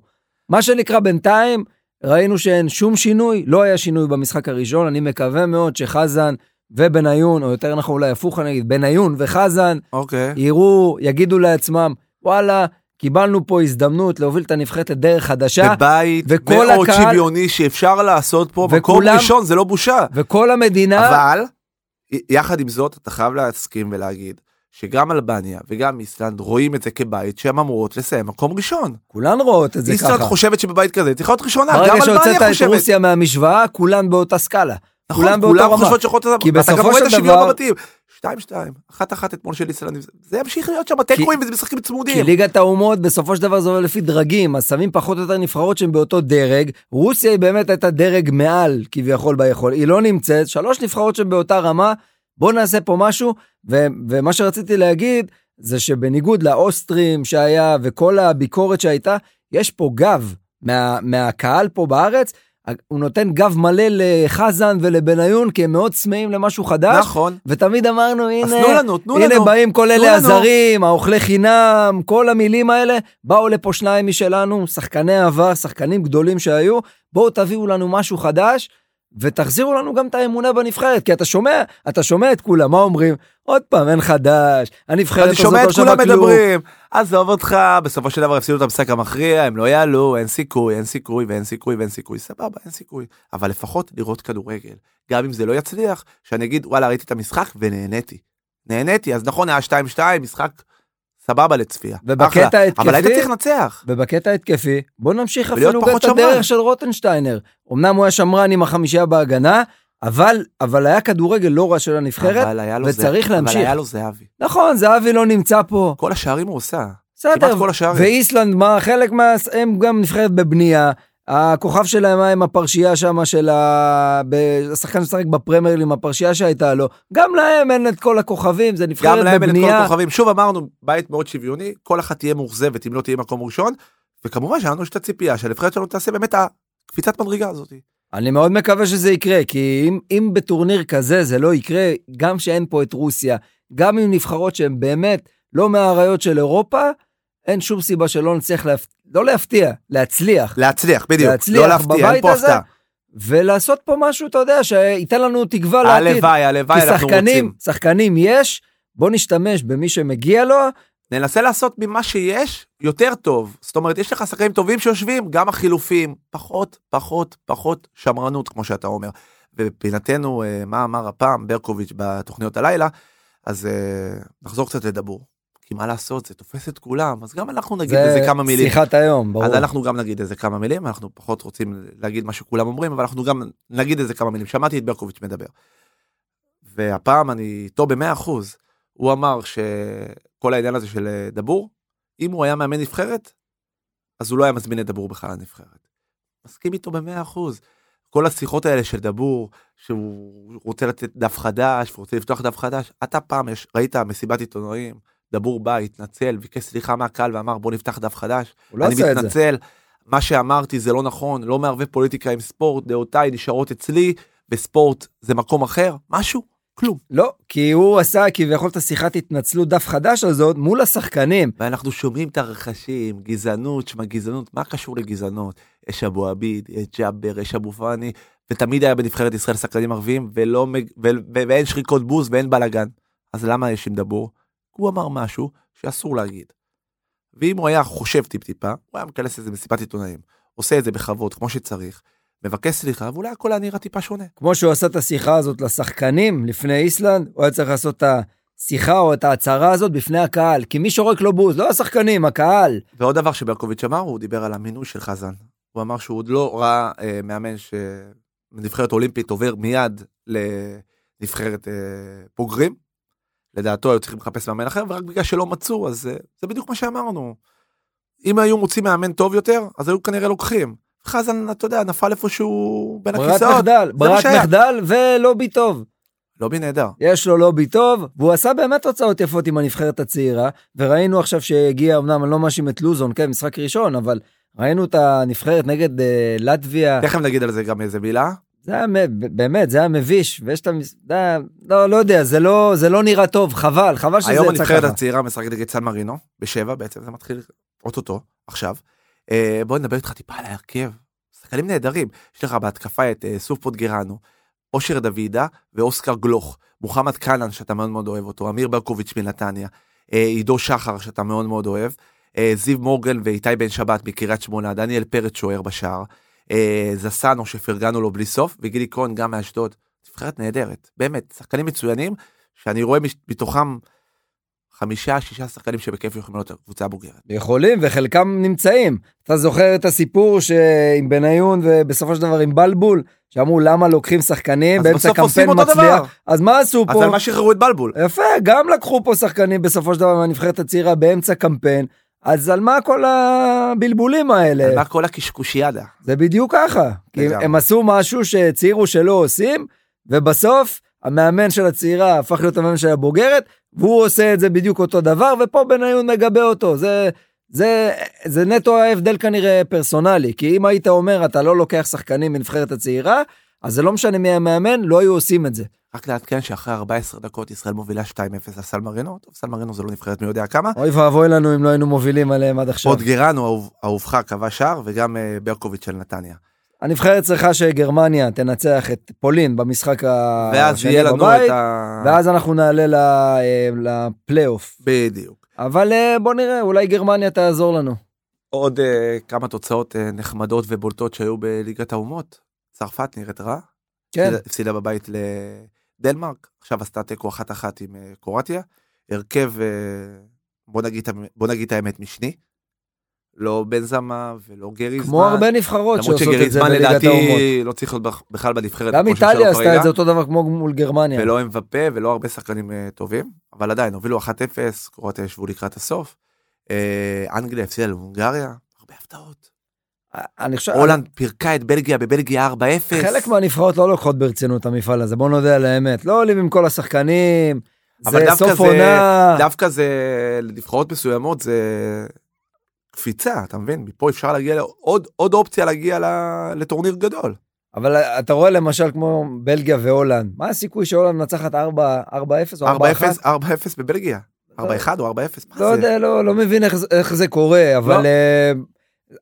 [SPEAKER 2] מה שנקרא בינתיים, ראינו שאין שום שינוי, לא היה שינוי במשחק הראשון, אני מקווה מאוד שחזן ובניון, או יותר נכון אולי הפוך, אני אגיד, בניון וחזן,
[SPEAKER 1] אוקיי.
[SPEAKER 2] יראו, יגידו לעצמם, וואלה, קיבלנו פה הזדמנות להוביל את הנבחרת לדרך חדשה,
[SPEAKER 1] בבית
[SPEAKER 2] וכל
[SPEAKER 1] מאוד
[SPEAKER 2] הקהל-
[SPEAKER 1] שוויוני שאפשר לעשות פה, מקום
[SPEAKER 2] וכולם-
[SPEAKER 1] ראשון, זה לא בושה.
[SPEAKER 2] וכל המדינה,
[SPEAKER 1] אבל, י- יחד עם זאת, אתה חייב להסכים ולהגיד שגם אלבניה וגם איסלנד רואים את זה כבית שהן אמורות לסיים מקום ראשון.
[SPEAKER 2] כולן רואות את זה
[SPEAKER 1] איסלנד
[SPEAKER 2] ככה.
[SPEAKER 1] חושבת שבבית כזה צריכה להיות ראשונה, גם
[SPEAKER 2] ברגע
[SPEAKER 1] אלבניה
[SPEAKER 2] שהוצאת את
[SPEAKER 1] חושבת.
[SPEAKER 2] רוסיה מהמשוואה, כולן באותה סקאלה.
[SPEAKER 1] נכון,
[SPEAKER 2] כולם באותה
[SPEAKER 1] כולם
[SPEAKER 2] רמה.
[SPEAKER 1] חושבות שיכולות
[SPEAKER 2] כי
[SPEAKER 1] לזה, אתה גם
[SPEAKER 2] בסופו
[SPEAKER 1] רואה את
[SPEAKER 2] של
[SPEAKER 1] השוויון
[SPEAKER 2] דבר-
[SPEAKER 1] בבתים. שתיים שתיים, אחת אחת אתמול של איסלנד, זה ימשיך להיות שם תיקואים וזה משחקים
[SPEAKER 2] כי
[SPEAKER 1] צמודים.
[SPEAKER 2] ליגת האומות בסופו של דבר זה עובד לפי דרגים, אז שמים פחות או יותר נבחרות שהן באותו דרג. רוסיה היא באמת הייתה דרג מעל כביכול ביכול, היא לא נמצאת, שלוש נבחרות שהן באותה רמה, בואו נעשה פה משהו. ו- ומה שרציתי להגיד זה שבניגוד לאוסטרים שהיה וכל הביקורת שהייתה, יש פה גב מה- מהקהל פה בארץ. הוא נותן גב מלא לחזן ולבניון כי הם מאוד צמאים למשהו חדש
[SPEAKER 1] נכון,
[SPEAKER 2] ותמיד אמרנו הנה
[SPEAKER 1] אז תנו לנו, תנו
[SPEAKER 2] הנה
[SPEAKER 1] לנו.
[SPEAKER 2] באים כל
[SPEAKER 1] תנו
[SPEAKER 2] אלה
[SPEAKER 1] לנו.
[SPEAKER 2] הזרים, האוכלי חינם, כל המילים האלה, באו לפה שניים משלנו, שחקני עבר, שחקנים גדולים שהיו, בואו תביאו לנו משהו חדש, ותחזירו לנו גם את האמונה בנבחרת, כי אתה שומע, אתה שומע את כולם, מה אומרים? עוד פעם, אין חדש, הנבחרת
[SPEAKER 1] אני
[SPEAKER 2] הזאת
[SPEAKER 1] שומע
[SPEAKER 2] לא
[SPEAKER 1] את כולם
[SPEAKER 2] שווה כלום.
[SPEAKER 1] מדברים, עזוב אותך, בסופו של דבר הפסידו את המשחק המכריע, הם לא יעלו, אין סיכוי, אין סיכוי ואין סיכוי ואין סיכוי, סבבה, אין סיכוי. אבל לפחות לראות כדורגל, גם אם זה לא יצליח, שאני אגיד, וואלה, ראיתי את המשחק ונהניתי. נהניתי, אז נכון, היה 2-2, משחק סבבה לצפייה.
[SPEAKER 2] ובקטע
[SPEAKER 1] אחלה. אבל היית
[SPEAKER 2] התקפי-
[SPEAKER 1] צריך לנצח.
[SPEAKER 2] ובקטע התקפי, בוא נמשיך
[SPEAKER 1] ולהיות
[SPEAKER 2] אפילו גם
[SPEAKER 1] פחות
[SPEAKER 2] את הדרך
[SPEAKER 1] שמרן.
[SPEAKER 2] של רוטנשטיינר. אמנם הוא היה שמרן עם החמישייה בהגנה, אבל, אבל היה כדורגל לא רע של הנבחרת.
[SPEAKER 1] אבל היה לו
[SPEAKER 2] וצריך
[SPEAKER 1] זה-
[SPEAKER 2] להמשיך.
[SPEAKER 1] אבל היה לו זהבי.
[SPEAKER 2] נכון, זהבי לא נמצא פה.
[SPEAKER 1] כל השערים הוא עושה.
[SPEAKER 2] בסדר,
[SPEAKER 1] כמעט כל השאר.
[SPEAKER 2] ואיסלנד, מה, חלק מה... הם גם נבחרת בבנייה. הכוכב שלהם היה עם הפרשייה שם של ה... ב- השחקן שמשחק בפרמייר עם הפרשייה שהייתה לו. גם להם אין את כל הכוכבים, זה
[SPEAKER 1] גם
[SPEAKER 2] נבחרת
[SPEAKER 1] להם אין את כל
[SPEAKER 2] בבנייה.
[SPEAKER 1] הכוכבים. שוב אמרנו, בית מאוד שוויוני, כל אחת תהיה מאוכזבת אם לא תהיה מקום ראשון, וכמובן שלנו יש את הציפייה שהנבחרת שלנו תעשה באמת הקפיצת מדרגה הזאת.
[SPEAKER 2] אני מאוד מקווה שזה יקרה, כי אם, אם בטורניר כזה זה לא יקרה, גם שאין פה את רוסיה, גם עם נבחרות שהן באמת לא מהאריות של אירופה, אין שום סיבה שלא נצליח, להפ... לא להפתיע, להצליח.
[SPEAKER 1] להצליח, בדיוק.
[SPEAKER 2] להצליח
[SPEAKER 1] לא להפתיע, אין
[SPEAKER 2] בבית
[SPEAKER 1] פה
[SPEAKER 2] הזה,
[SPEAKER 1] הפתעה.
[SPEAKER 2] ולעשות פה משהו, אתה יודע, שייתן לנו תקווה לעתיד.
[SPEAKER 1] הלוואי, הלוואי,
[SPEAKER 2] לא כי
[SPEAKER 1] אנחנו
[SPEAKER 2] שחקנים,
[SPEAKER 1] רוצים.
[SPEAKER 2] שחקנים יש, בוא נשתמש במי שמגיע לו,
[SPEAKER 1] ננסה לעשות ממה שיש יותר טוב. זאת אומרת, יש לך שחקנים טובים שיושבים, גם החילופים, פחות, פחות, פחות שמרנות, כמו שאתה אומר. ובפינתנו, אה, מה אמר הפעם ברקוביץ' בתוכניות הלילה, אז אה, נחזור קצת לדבור. כי מה לעשות, זה תופס את כולם, אז גם אנחנו נגיד איזה כמה מילים.
[SPEAKER 2] שיחת היום, ברור.
[SPEAKER 1] אז אנחנו גם נגיד איזה כמה מילים, אנחנו פחות רוצים להגיד מה שכולם אומרים, אבל אנחנו גם נגיד איזה כמה מילים. שמעתי את ברקוביץ' מדבר. והפעם אני איתו במאה אחוז, הוא אמר שכל העניין הזה של אה, דבור, אם הוא היה מאמן נבחרת, אז הוא לא היה מזמין את דבור בכלל לנבחרת. מסכים איתו במאה אחוז. כל השיחות האלה של דבור, שהוא רוצה לתת דף חדש, והוא רוצה לפתוח דף חדש, אתה פעם יש, ראית מסיבת עיתונאים, דבור בא, התנצל, ביקש סליחה מהקהל ואמר בוא נפתח דף חדש.
[SPEAKER 2] הוא לא
[SPEAKER 1] אני
[SPEAKER 2] עשה את זה.
[SPEAKER 1] מתנצל, מה שאמרתי זה לא נכון, לא מערבב פוליטיקה עם ספורט, דעותיי נשארות אצלי, וספורט זה מקום אחר, משהו, כלום.
[SPEAKER 2] לא, כי הוא עשה כביכול את השיחת התנצלות דף חדש הזאת מול השחקנים.
[SPEAKER 1] ואנחנו שומעים את הרחשים, גזענות, שמע גזענות, מה קשור לגזענות? יש אבו עביד, יש ג'אבר, יש אבו פאני, ותמיד היה בנבחרת ישראל שחקנים ערבים, ולא, מג- ו, ו, ואין שריקות בוז ואין בלאגן. אז למה יש עם דבור? כי הוא אמר משהו שאסור להגיד. ואם הוא היה חושב טיפ-טיפה, הוא היה מכנס איזה מסיבת עיתונאים, עושה את זה בכבוד, כמו שצריך, מבקש סליחה, ואולי הכל היה נראה טיפה שונה.
[SPEAKER 2] כמו שהוא עשה את השיחה הזאת לשחקנים לפני איסלנד, הוא היה צריך לעשות את השיחה או את ההצהרה הזאת בפני הקהל. כי מי שורק לו בוז, לא השחקנים, הקהל.
[SPEAKER 1] ועוד דבר שברקוביץ' אמר, הוא דיבר על המינוי של חזן. הוא אמר שהוא עוד לא ראה אה, מאמן שנבחרת אולימפית עובר מיד לנבחרת אה, בוגרים. לדעתו היו צריכים לחפש מאמן אחר, ורק בגלל שלא מצאו, אז אה, זה בדיוק מה שאמרנו. אם היו מוצאים מאמן טוב יותר, אז היו כנראה לוקחים. חזן, אתה יודע, נפל איפשהו בין
[SPEAKER 2] ברירת
[SPEAKER 1] הכיסאות.
[SPEAKER 2] מחדל,
[SPEAKER 1] מה
[SPEAKER 2] ברירת
[SPEAKER 1] שהיה.
[SPEAKER 2] מחדל ולובי טוב.
[SPEAKER 1] לובי נהדר.
[SPEAKER 2] יש לו לובי טוב, והוא עשה באמת תוצאות יפות עם הנבחרת הצעירה, וראינו עכשיו שהגיע, אמנם אני לא מאשים את לוזון, כן, משחק ראשון, אבל ראינו את הנבחרת נגד אה, לטביה,
[SPEAKER 1] תכף נגיד על זה גם איזה מילה.
[SPEAKER 2] זה היה מ- באמת, זה היה מביש, ויש את המס... זה היה- לא, לא יודע, זה לא, זה לא נראה טוב, חבל, חבל שזה
[SPEAKER 1] היום
[SPEAKER 2] יצא
[SPEAKER 1] הנבחרת
[SPEAKER 2] ככה.
[SPEAKER 1] הצעירה משחקת נגד סן מרינו, בשבע בעצם זה מתחיל אוטוטו, עכשיו. אה, בוא נדבר איתך טיפה על ההרכב. שחקנים נהדרים. יש לך בהתקפה את אה, סוף פוטגרנו, אושר דוידה ואוסקר גלוך, מוחמד קלן שאתה מאוד מאוד אוהב אותו, אמיר ברקוביץ' מנתניה, אה, עידו שחר שאתה מאוד מאוד אוהב, אה, זיו מורגן ואיתי בן שבת מקריית שמונה, דניאל פרץ שוער בשער, אה, זסנו שפרגנו לו בלי סוף, וגילי כהן גם מאשדוד. נבחרת נהדרת, באמת, שחקנים מצוינים, שאני רואה מש- מתוכם חמישה, שישה שחקנים שבכיף יכולים להיות קבוצה בוגרת.
[SPEAKER 2] יכולים, וחלקם נמצאים. אתה זוכר את הסיפור ש- עם בניון ובסופו של דבר עם בלבול, שאמרו למה לוקחים שחקנים
[SPEAKER 1] אז
[SPEAKER 2] באמצע
[SPEAKER 1] בסוף עושים
[SPEAKER 2] קמפיין
[SPEAKER 1] אותו דבר.
[SPEAKER 2] מצליח. אז מה עשו
[SPEAKER 1] אז
[SPEAKER 2] פה?
[SPEAKER 1] על מה שחררו את בלבול?
[SPEAKER 2] יפה, גם לקחו פה שחקנים בסופו של דבר מהנבחרת הצעירה באמצע קמפיין. אז על מה כל הבלבולים האלה?
[SPEAKER 1] על מה כל הקשקושיאדה?
[SPEAKER 2] זה בדיוק ככה. כי
[SPEAKER 1] לגמרי.
[SPEAKER 2] הם עשו משהו שהצהירו שלא עושים, ובסוף המאמן של הצעירה הפך להיות המאמן של הבוגרת, והוא עושה את זה בדיוק אותו דבר, ופה בניון מגבה אותו. זה, זה, זה נטו ההבדל כנראה פרסונלי, כי אם היית אומר אתה לא לוקח שחקנים מנבחרת הצעירה, אז זה לא משנה מי המאמן, לא היו עושים את זה.
[SPEAKER 1] רק לעדכן שאחרי 14 דקות ישראל מובילה 2-0 לסל מרינו, טוב, סל מרינו זה לא נבחרת מי יודע כמה.
[SPEAKER 2] אוי ואבוי לנו אם לא היינו מובילים עליהם עד עכשיו.
[SPEAKER 1] עוד גרנו אהוב- אהובך כבש שער, וגם אה, ברקוביץ' של נתניה.
[SPEAKER 2] הנבחרת צריכה שגרמניה תנצח את פולין במשחק אה, השני בבית,
[SPEAKER 1] ואז יהיה לנו את ה...
[SPEAKER 2] ואז אנחנו נעלה ל- אה, לפלייאוף.
[SPEAKER 1] בדיוק.
[SPEAKER 2] אבל אה, בוא נראה, אולי גרמניה תעזור לנו.
[SPEAKER 1] עוד אה, כמה תוצאות אה, נחמדות ובולטות שהיו בליגת האומות. צרפת נראית רע,
[SPEAKER 2] כן,
[SPEAKER 1] הפסידה- הפסידה בבית לדנמרק, עכשיו עשתה תיקו אחת אחת עם אה, קרואטיה. הרכב, אה, בוא נגיד, את ה- בוא נגיד את האמת, משני. לא בן זמה ולא גריזמן.
[SPEAKER 2] כמו הרבה נבחרות
[SPEAKER 1] למרות
[SPEAKER 2] שעושות את זה
[SPEAKER 1] שגריזמן
[SPEAKER 2] בליגת
[SPEAKER 1] לדעתי
[SPEAKER 2] האומות.
[SPEAKER 1] לא צריך להיות בכ- בכלל בנבחרת.
[SPEAKER 2] גם
[SPEAKER 1] כמו שיש לנו
[SPEAKER 2] איטליה עשתה
[SPEAKER 1] כרגע,
[SPEAKER 2] את זה אותו דבר כמו מול גרמניה.
[SPEAKER 1] ולא אמבפה ולא הרבה שחקנים אה, טובים, אבל עדיין הובילו 1-0, קרואטיה ישבו לקראת הסוף. אה, אנגליה הפסידה להונגריה, הרבה הפתעות.
[SPEAKER 2] אני חושב,
[SPEAKER 1] הולנד פירקה את בלגיה בבלגיה 4-0.
[SPEAKER 2] חלק מהנבחרות לא לוקחות ברצינות את המפעל הזה, בוא נודה על האמת. לא עולים עם כל השחקנים,
[SPEAKER 1] אבל
[SPEAKER 2] זה
[SPEAKER 1] דווקא
[SPEAKER 2] סוף
[SPEAKER 1] זה-
[SPEAKER 2] עונה.
[SPEAKER 1] דווקא זה לנבחרות מסוימות זה קפיצה אתה מבין מפה אפשר להגיע לעוד עוד אופציה להגיע ל- לטורניר גדול.
[SPEAKER 2] אבל אה, אתה רואה למשל כמו בלגיה והולנד, מה הסיכוי שהולנד מנצחת 4 4-0
[SPEAKER 1] 4-0
[SPEAKER 2] או 4-1?
[SPEAKER 1] 4-0 בבלגיה. 4-1 או 4-0. מה
[SPEAKER 2] לא
[SPEAKER 1] זה?
[SPEAKER 2] יודע, לא, לא מבין איך, זה- איך זה קורה, אבל
[SPEAKER 1] לא.
[SPEAKER 2] אה,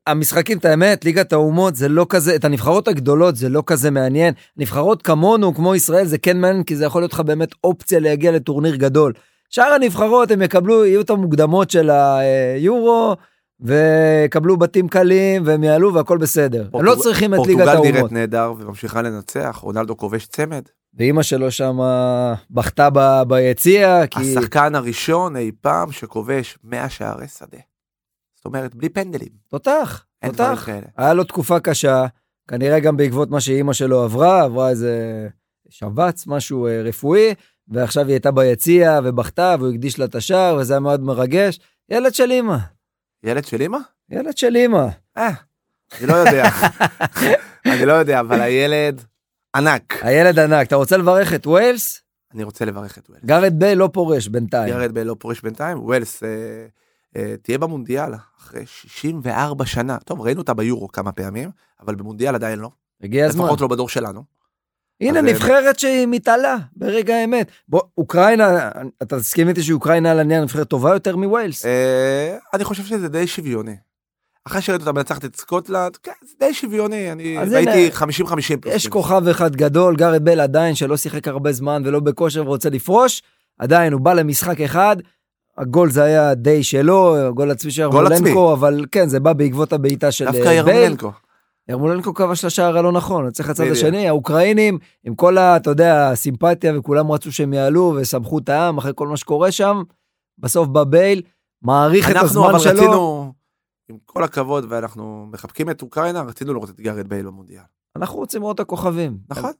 [SPEAKER 2] המשחקים, את האמת, ליגת האומות זה לא כזה, את הנבחרות הגדולות זה לא כזה מעניין. נבחרות כמונו, כמו ישראל, זה כן מעניין, כי זה יכול להיות לך באמת אופציה להגיע לטורניר גדול. שאר הנבחרות, הם יקבלו, יהיו את המוקדמות של היורו, ויקבלו בתים קלים, והם יעלו והכל בסדר. הם לא
[SPEAKER 1] פורטוג-
[SPEAKER 2] צריכים את ליגת
[SPEAKER 1] פורטוגל
[SPEAKER 2] האומות.
[SPEAKER 1] נראית נהדר וממשיכה לנצח רונלדו כובש צמד.
[SPEAKER 2] ואימא שלו שם בכתה ב- ביציע, כי...
[SPEAKER 1] השחקן הראשון אי פעם שכובש 100 שערי שדה. זאת אומרת בלי פנדלים.
[SPEAKER 2] תותח,
[SPEAKER 1] אין דברים
[SPEAKER 2] תותח.
[SPEAKER 1] כאלה.
[SPEAKER 2] היה לו תקופה קשה, כנראה גם בעקבות מה שאימא שלו עברה, עברה איזה שבץ, משהו אה, רפואי, ועכשיו היא הייתה ביציע ובכתה, והוא הקדיש לה את השער, וזה היה מאוד מרגש. ילד של אימא,
[SPEAKER 1] ילד של אמא?
[SPEAKER 2] ילד של אימא.
[SPEAKER 1] אה, אני לא יודע. אני לא יודע אבל הילד ענק.
[SPEAKER 2] הילד ענק, אתה רוצה לברך את ווילס?
[SPEAKER 1] אני רוצה לברך את ווילס.
[SPEAKER 2] גארד ביי לא פורש בינתיים.
[SPEAKER 1] גרד בל לא פורש בינתיים, ווילס אה, אה, תהיה במונדיאל אחרי 64 שנה. טוב, ראינו אותה ביורו כמה פעמים, אבל במונדיאל עדיין לא.
[SPEAKER 2] הגיע הזמן.
[SPEAKER 1] לפחות לא בדור שלנו.
[SPEAKER 2] הנה
[SPEAKER 1] אז,
[SPEAKER 2] נבחרת שהיא מתעלה ברגע האמת. בוא, אוקראינה, אתה תסכים איתי שאוקראינה על הנייר נבחרת טובה יותר מווילס?
[SPEAKER 1] אה, אני חושב שזה די שוויוני. אחרי שראיתי אותה מנצחת את סקוטלנד, כן, זה די שוויוני, אני
[SPEAKER 2] אז
[SPEAKER 1] ראיתי
[SPEAKER 2] הנה,
[SPEAKER 1] 50-50 פלוס.
[SPEAKER 2] יש
[SPEAKER 1] מינוס.
[SPEAKER 2] כוכב אחד גדול, גארד בל עדיין, שלא שיחק הרבה זמן ולא בכושר ורוצה לפרוש, עדיין הוא בא למשחק אחד, הגול זה היה די שלו, גול עצמי של
[SPEAKER 1] גול עצמי.
[SPEAKER 2] ירמולנקו, אבל כן, זה בא בעקבות הבעיטה של
[SPEAKER 1] דווקא
[SPEAKER 2] אה, בייל.
[SPEAKER 1] ירמלנקו.
[SPEAKER 2] ירמולנקו כבש לשער הלא נכון, צריך לצד
[SPEAKER 1] בדיוק.
[SPEAKER 2] השני, האוקראינים, עם כל ה... אתה יודע, הסימפתיה, וכולם רצו שהם יעלו, וסמכו את העם אחרי כל מה שקורה שם, בסוף בא בייל, מעריך את
[SPEAKER 1] אנחנו אבל
[SPEAKER 2] הזמן שלו.
[SPEAKER 1] רצינו, עם כל הכבוד, ואנחנו מחבקים את אוקראינה, רצינו לראות את גארד בייל במונדיאל.
[SPEAKER 2] אנחנו רוצים לראות את הכוכבים.
[SPEAKER 1] נכון.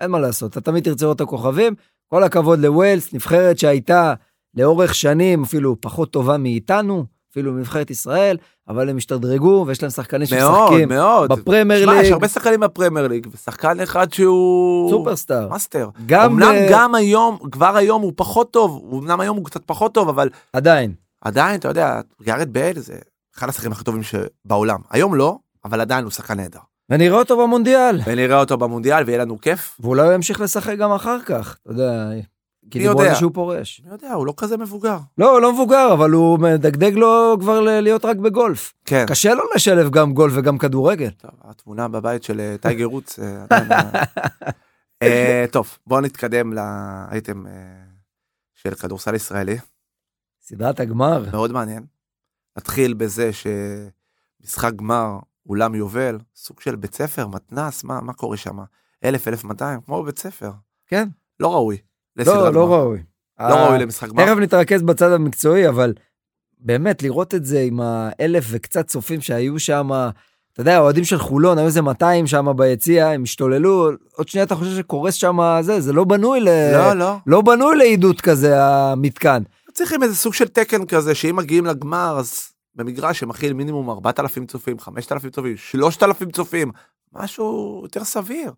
[SPEAKER 2] אין מה לעשות, אתה תמיד תרצה לראות את הכוכבים. כל הכבוד לווילס, נבחרת שהייתה לאורך שנים אפילו פחות טובה מאיתנו, אפילו מנבחרת ישראל, אבל הם השתדרגו ויש להם שחקנים
[SPEAKER 1] מאוד,
[SPEAKER 2] שמשחקים
[SPEAKER 1] מאוד.
[SPEAKER 2] בפרמייר
[SPEAKER 1] שמע, יש
[SPEAKER 2] ליג,
[SPEAKER 1] הרבה שחקנים בפרמייר ליג, ושחקן אחד שהוא...
[SPEAKER 2] סופרסטאר.
[SPEAKER 1] מאסטר.
[SPEAKER 2] גם אה,
[SPEAKER 1] אמנם
[SPEAKER 2] ב-
[SPEAKER 1] גם אה, היום, כבר היום הוא פחות טוב, אמנם היום הוא קצת פחות טוב, אבל
[SPEAKER 2] עדיין.
[SPEAKER 1] עדיין, אתה יודע, גארד בייל זה אחד השחקנים הכי טובים שבעולם. היום לא, אבל עדיין הוא שחקן נהדר.
[SPEAKER 2] ונראה אותו במונדיאל.
[SPEAKER 1] ונראה אותו במונדיאל ויהיה לנו כיף.
[SPEAKER 2] ואולי הוא ימשיך לשחק גם אחר כך, אתה יודע, כי
[SPEAKER 1] מי
[SPEAKER 2] דיברו על
[SPEAKER 1] יודע?
[SPEAKER 2] זה שהוא פורש.
[SPEAKER 1] אני יודע, הוא לא כזה מבוגר.
[SPEAKER 2] לא, לא מבוגר, אבל הוא מדגדג לו כבר ל- להיות רק בגולף.
[SPEAKER 1] כן.
[SPEAKER 2] קשה לו לשלב גם גולף וגם כדורגל.
[SPEAKER 1] טוב, התמונה בבית של אה, טייגר רוץ. אה, עדיין, אה, אה, טוב, בואו נתקדם לאייטם אה, של כדורסל ישראלי,
[SPEAKER 2] סדרת הגמר.
[SPEAKER 1] מאוד מעניין. נתחיל בזה שמשחק גמר, אולם יובל, סוג של בית ספר, מתנ"ס, מה, מה קורה שם? אלף, אלף מאתיים, כמו בבית ספר.
[SPEAKER 2] כן.
[SPEAKER 1] לא ראוי.
[SPEAKER 2] לא,
[SPEAKER 1] לסדרת
[SPEAKER 2] לא
[SPEAKER 1] גמר.
[SPEAKER 2] ראוי.
[SPEAKER 1] לא
[SPEAKER 2] אה,
[SPEAKER 1] ראוי למשחק גמר.
[SPEAKER 2] תכף נתרכז בצד המקצועי, אבל באמת לראות את זה עם האלף וקצת צופים שהיו שם, אתה יודע, האוהדים של חולון, היו איזה 200 שם ביציע, הם השתוללו, עוד שנייה אתה חושב שקורס שם זה, זה לא בנוי ל...
[SPEAKER 1] לא, לא.
[SPEAKER 2] לא בנוי לעידוד כזה המתקן.
[SPEAKER 1] צריכים איזה סוג של תקן כזה שאם מגיעים לגמר אז במגרש שמכיל מינימום 4,000 צופים 5,000 צופים 3,000 צופים משהו יותר סביר.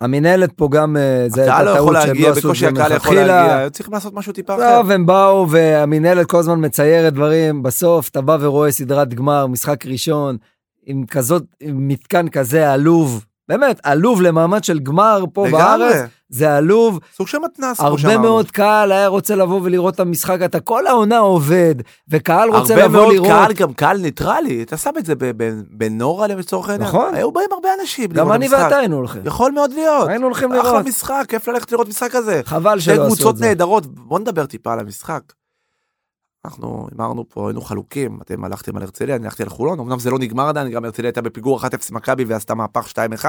[SPEAKER 2] המינהלת פה גם, אה, זה
[SPEAKER 1] הקהל לא
[SPEAKER 2] הייתה טעות
[SPEAKER 1] יכול
[SPEAKER 2] שהם לא
[SPEAKER 1] להגיע
[SPEAKER 2] עשו את
[SPEAKER 1] בקושי
[SPEAKER 2] זה
[SPEAKER 1] הקהל יכול
[SPEAKER 2] מלכתחילה. לא,
[SPEAKER 1] להגיע צריכים לעשות משהו טיפה אחר.
[SPEAKER 2] טוב, הם באו והמינהלת כל הזמן מציירת דברים, בסוף אתה בא ורואה סדרת גמר, משחק ראשון, עם כזאת, עם מתקן כזה עלוב, באמת, עלוב למעמד של גמר פה
[SPEAKER 1] לגמרי.
[SPEAKER 2] בארץ, זה עלוב,
[SPEAKER 1] סוג של מתנ"ס כמו
[SPEAKER 2] הרבה
[SPEAKER 1] שאמרנו.
[SPEAKER 2] מאוד קהל היה רוצה לבוא ולראות את המשחק, אתה כל העונה עובד, וקהל רוצה
[SPEAKER 1] הרבה
[SPEAKER 2] לבוא
[SPEAKER 1] מאוד
[SPEAKER 2] לראות.
[SPEAKER 1] קהל גם קהל ניטרלי אתה שם את זה ב- ב- בנורה לצורך העניין.
[SPEAKER 2] נכון.
[SPEAKER 1] היו באים הרבה אנשים.
[SPEAKER 2] גם
[SPEAKER 1] לראות
[SPEAKER 2] אני
[SPEAKER 1] המשחק.
[SPEAKER 2] ואתה היינו הולכים,
[SPEAKER 1] יכול מאוד להיות.
[SPEAKER 2] היינו הולכים
[SPEAKER 1] אחלה
[SPEAKER 2] לראות,
[SPEAKER 1] משחק כיף ללכת לראות משחק כזה.
[SPEAKER 2] חבל
[SPEAKER 1] שתי
[SPEAKER 2] שלא עשו
[SPEAKER 1] קבוצות
[SPEAKER 2] את זה.
[SPEAKER 1] נהדרות, בוא נדבר טיפה על המשחק. אנחנו אמרנו פה, היינו חלוקים, אתם הלכתם על הרצליה, אני הלכתי על חולון, אמנם זה לא נגמר עדיין, גם הרצליה הייתה בפיגור 1-0 מכבי ועשתה מהפך 2-1,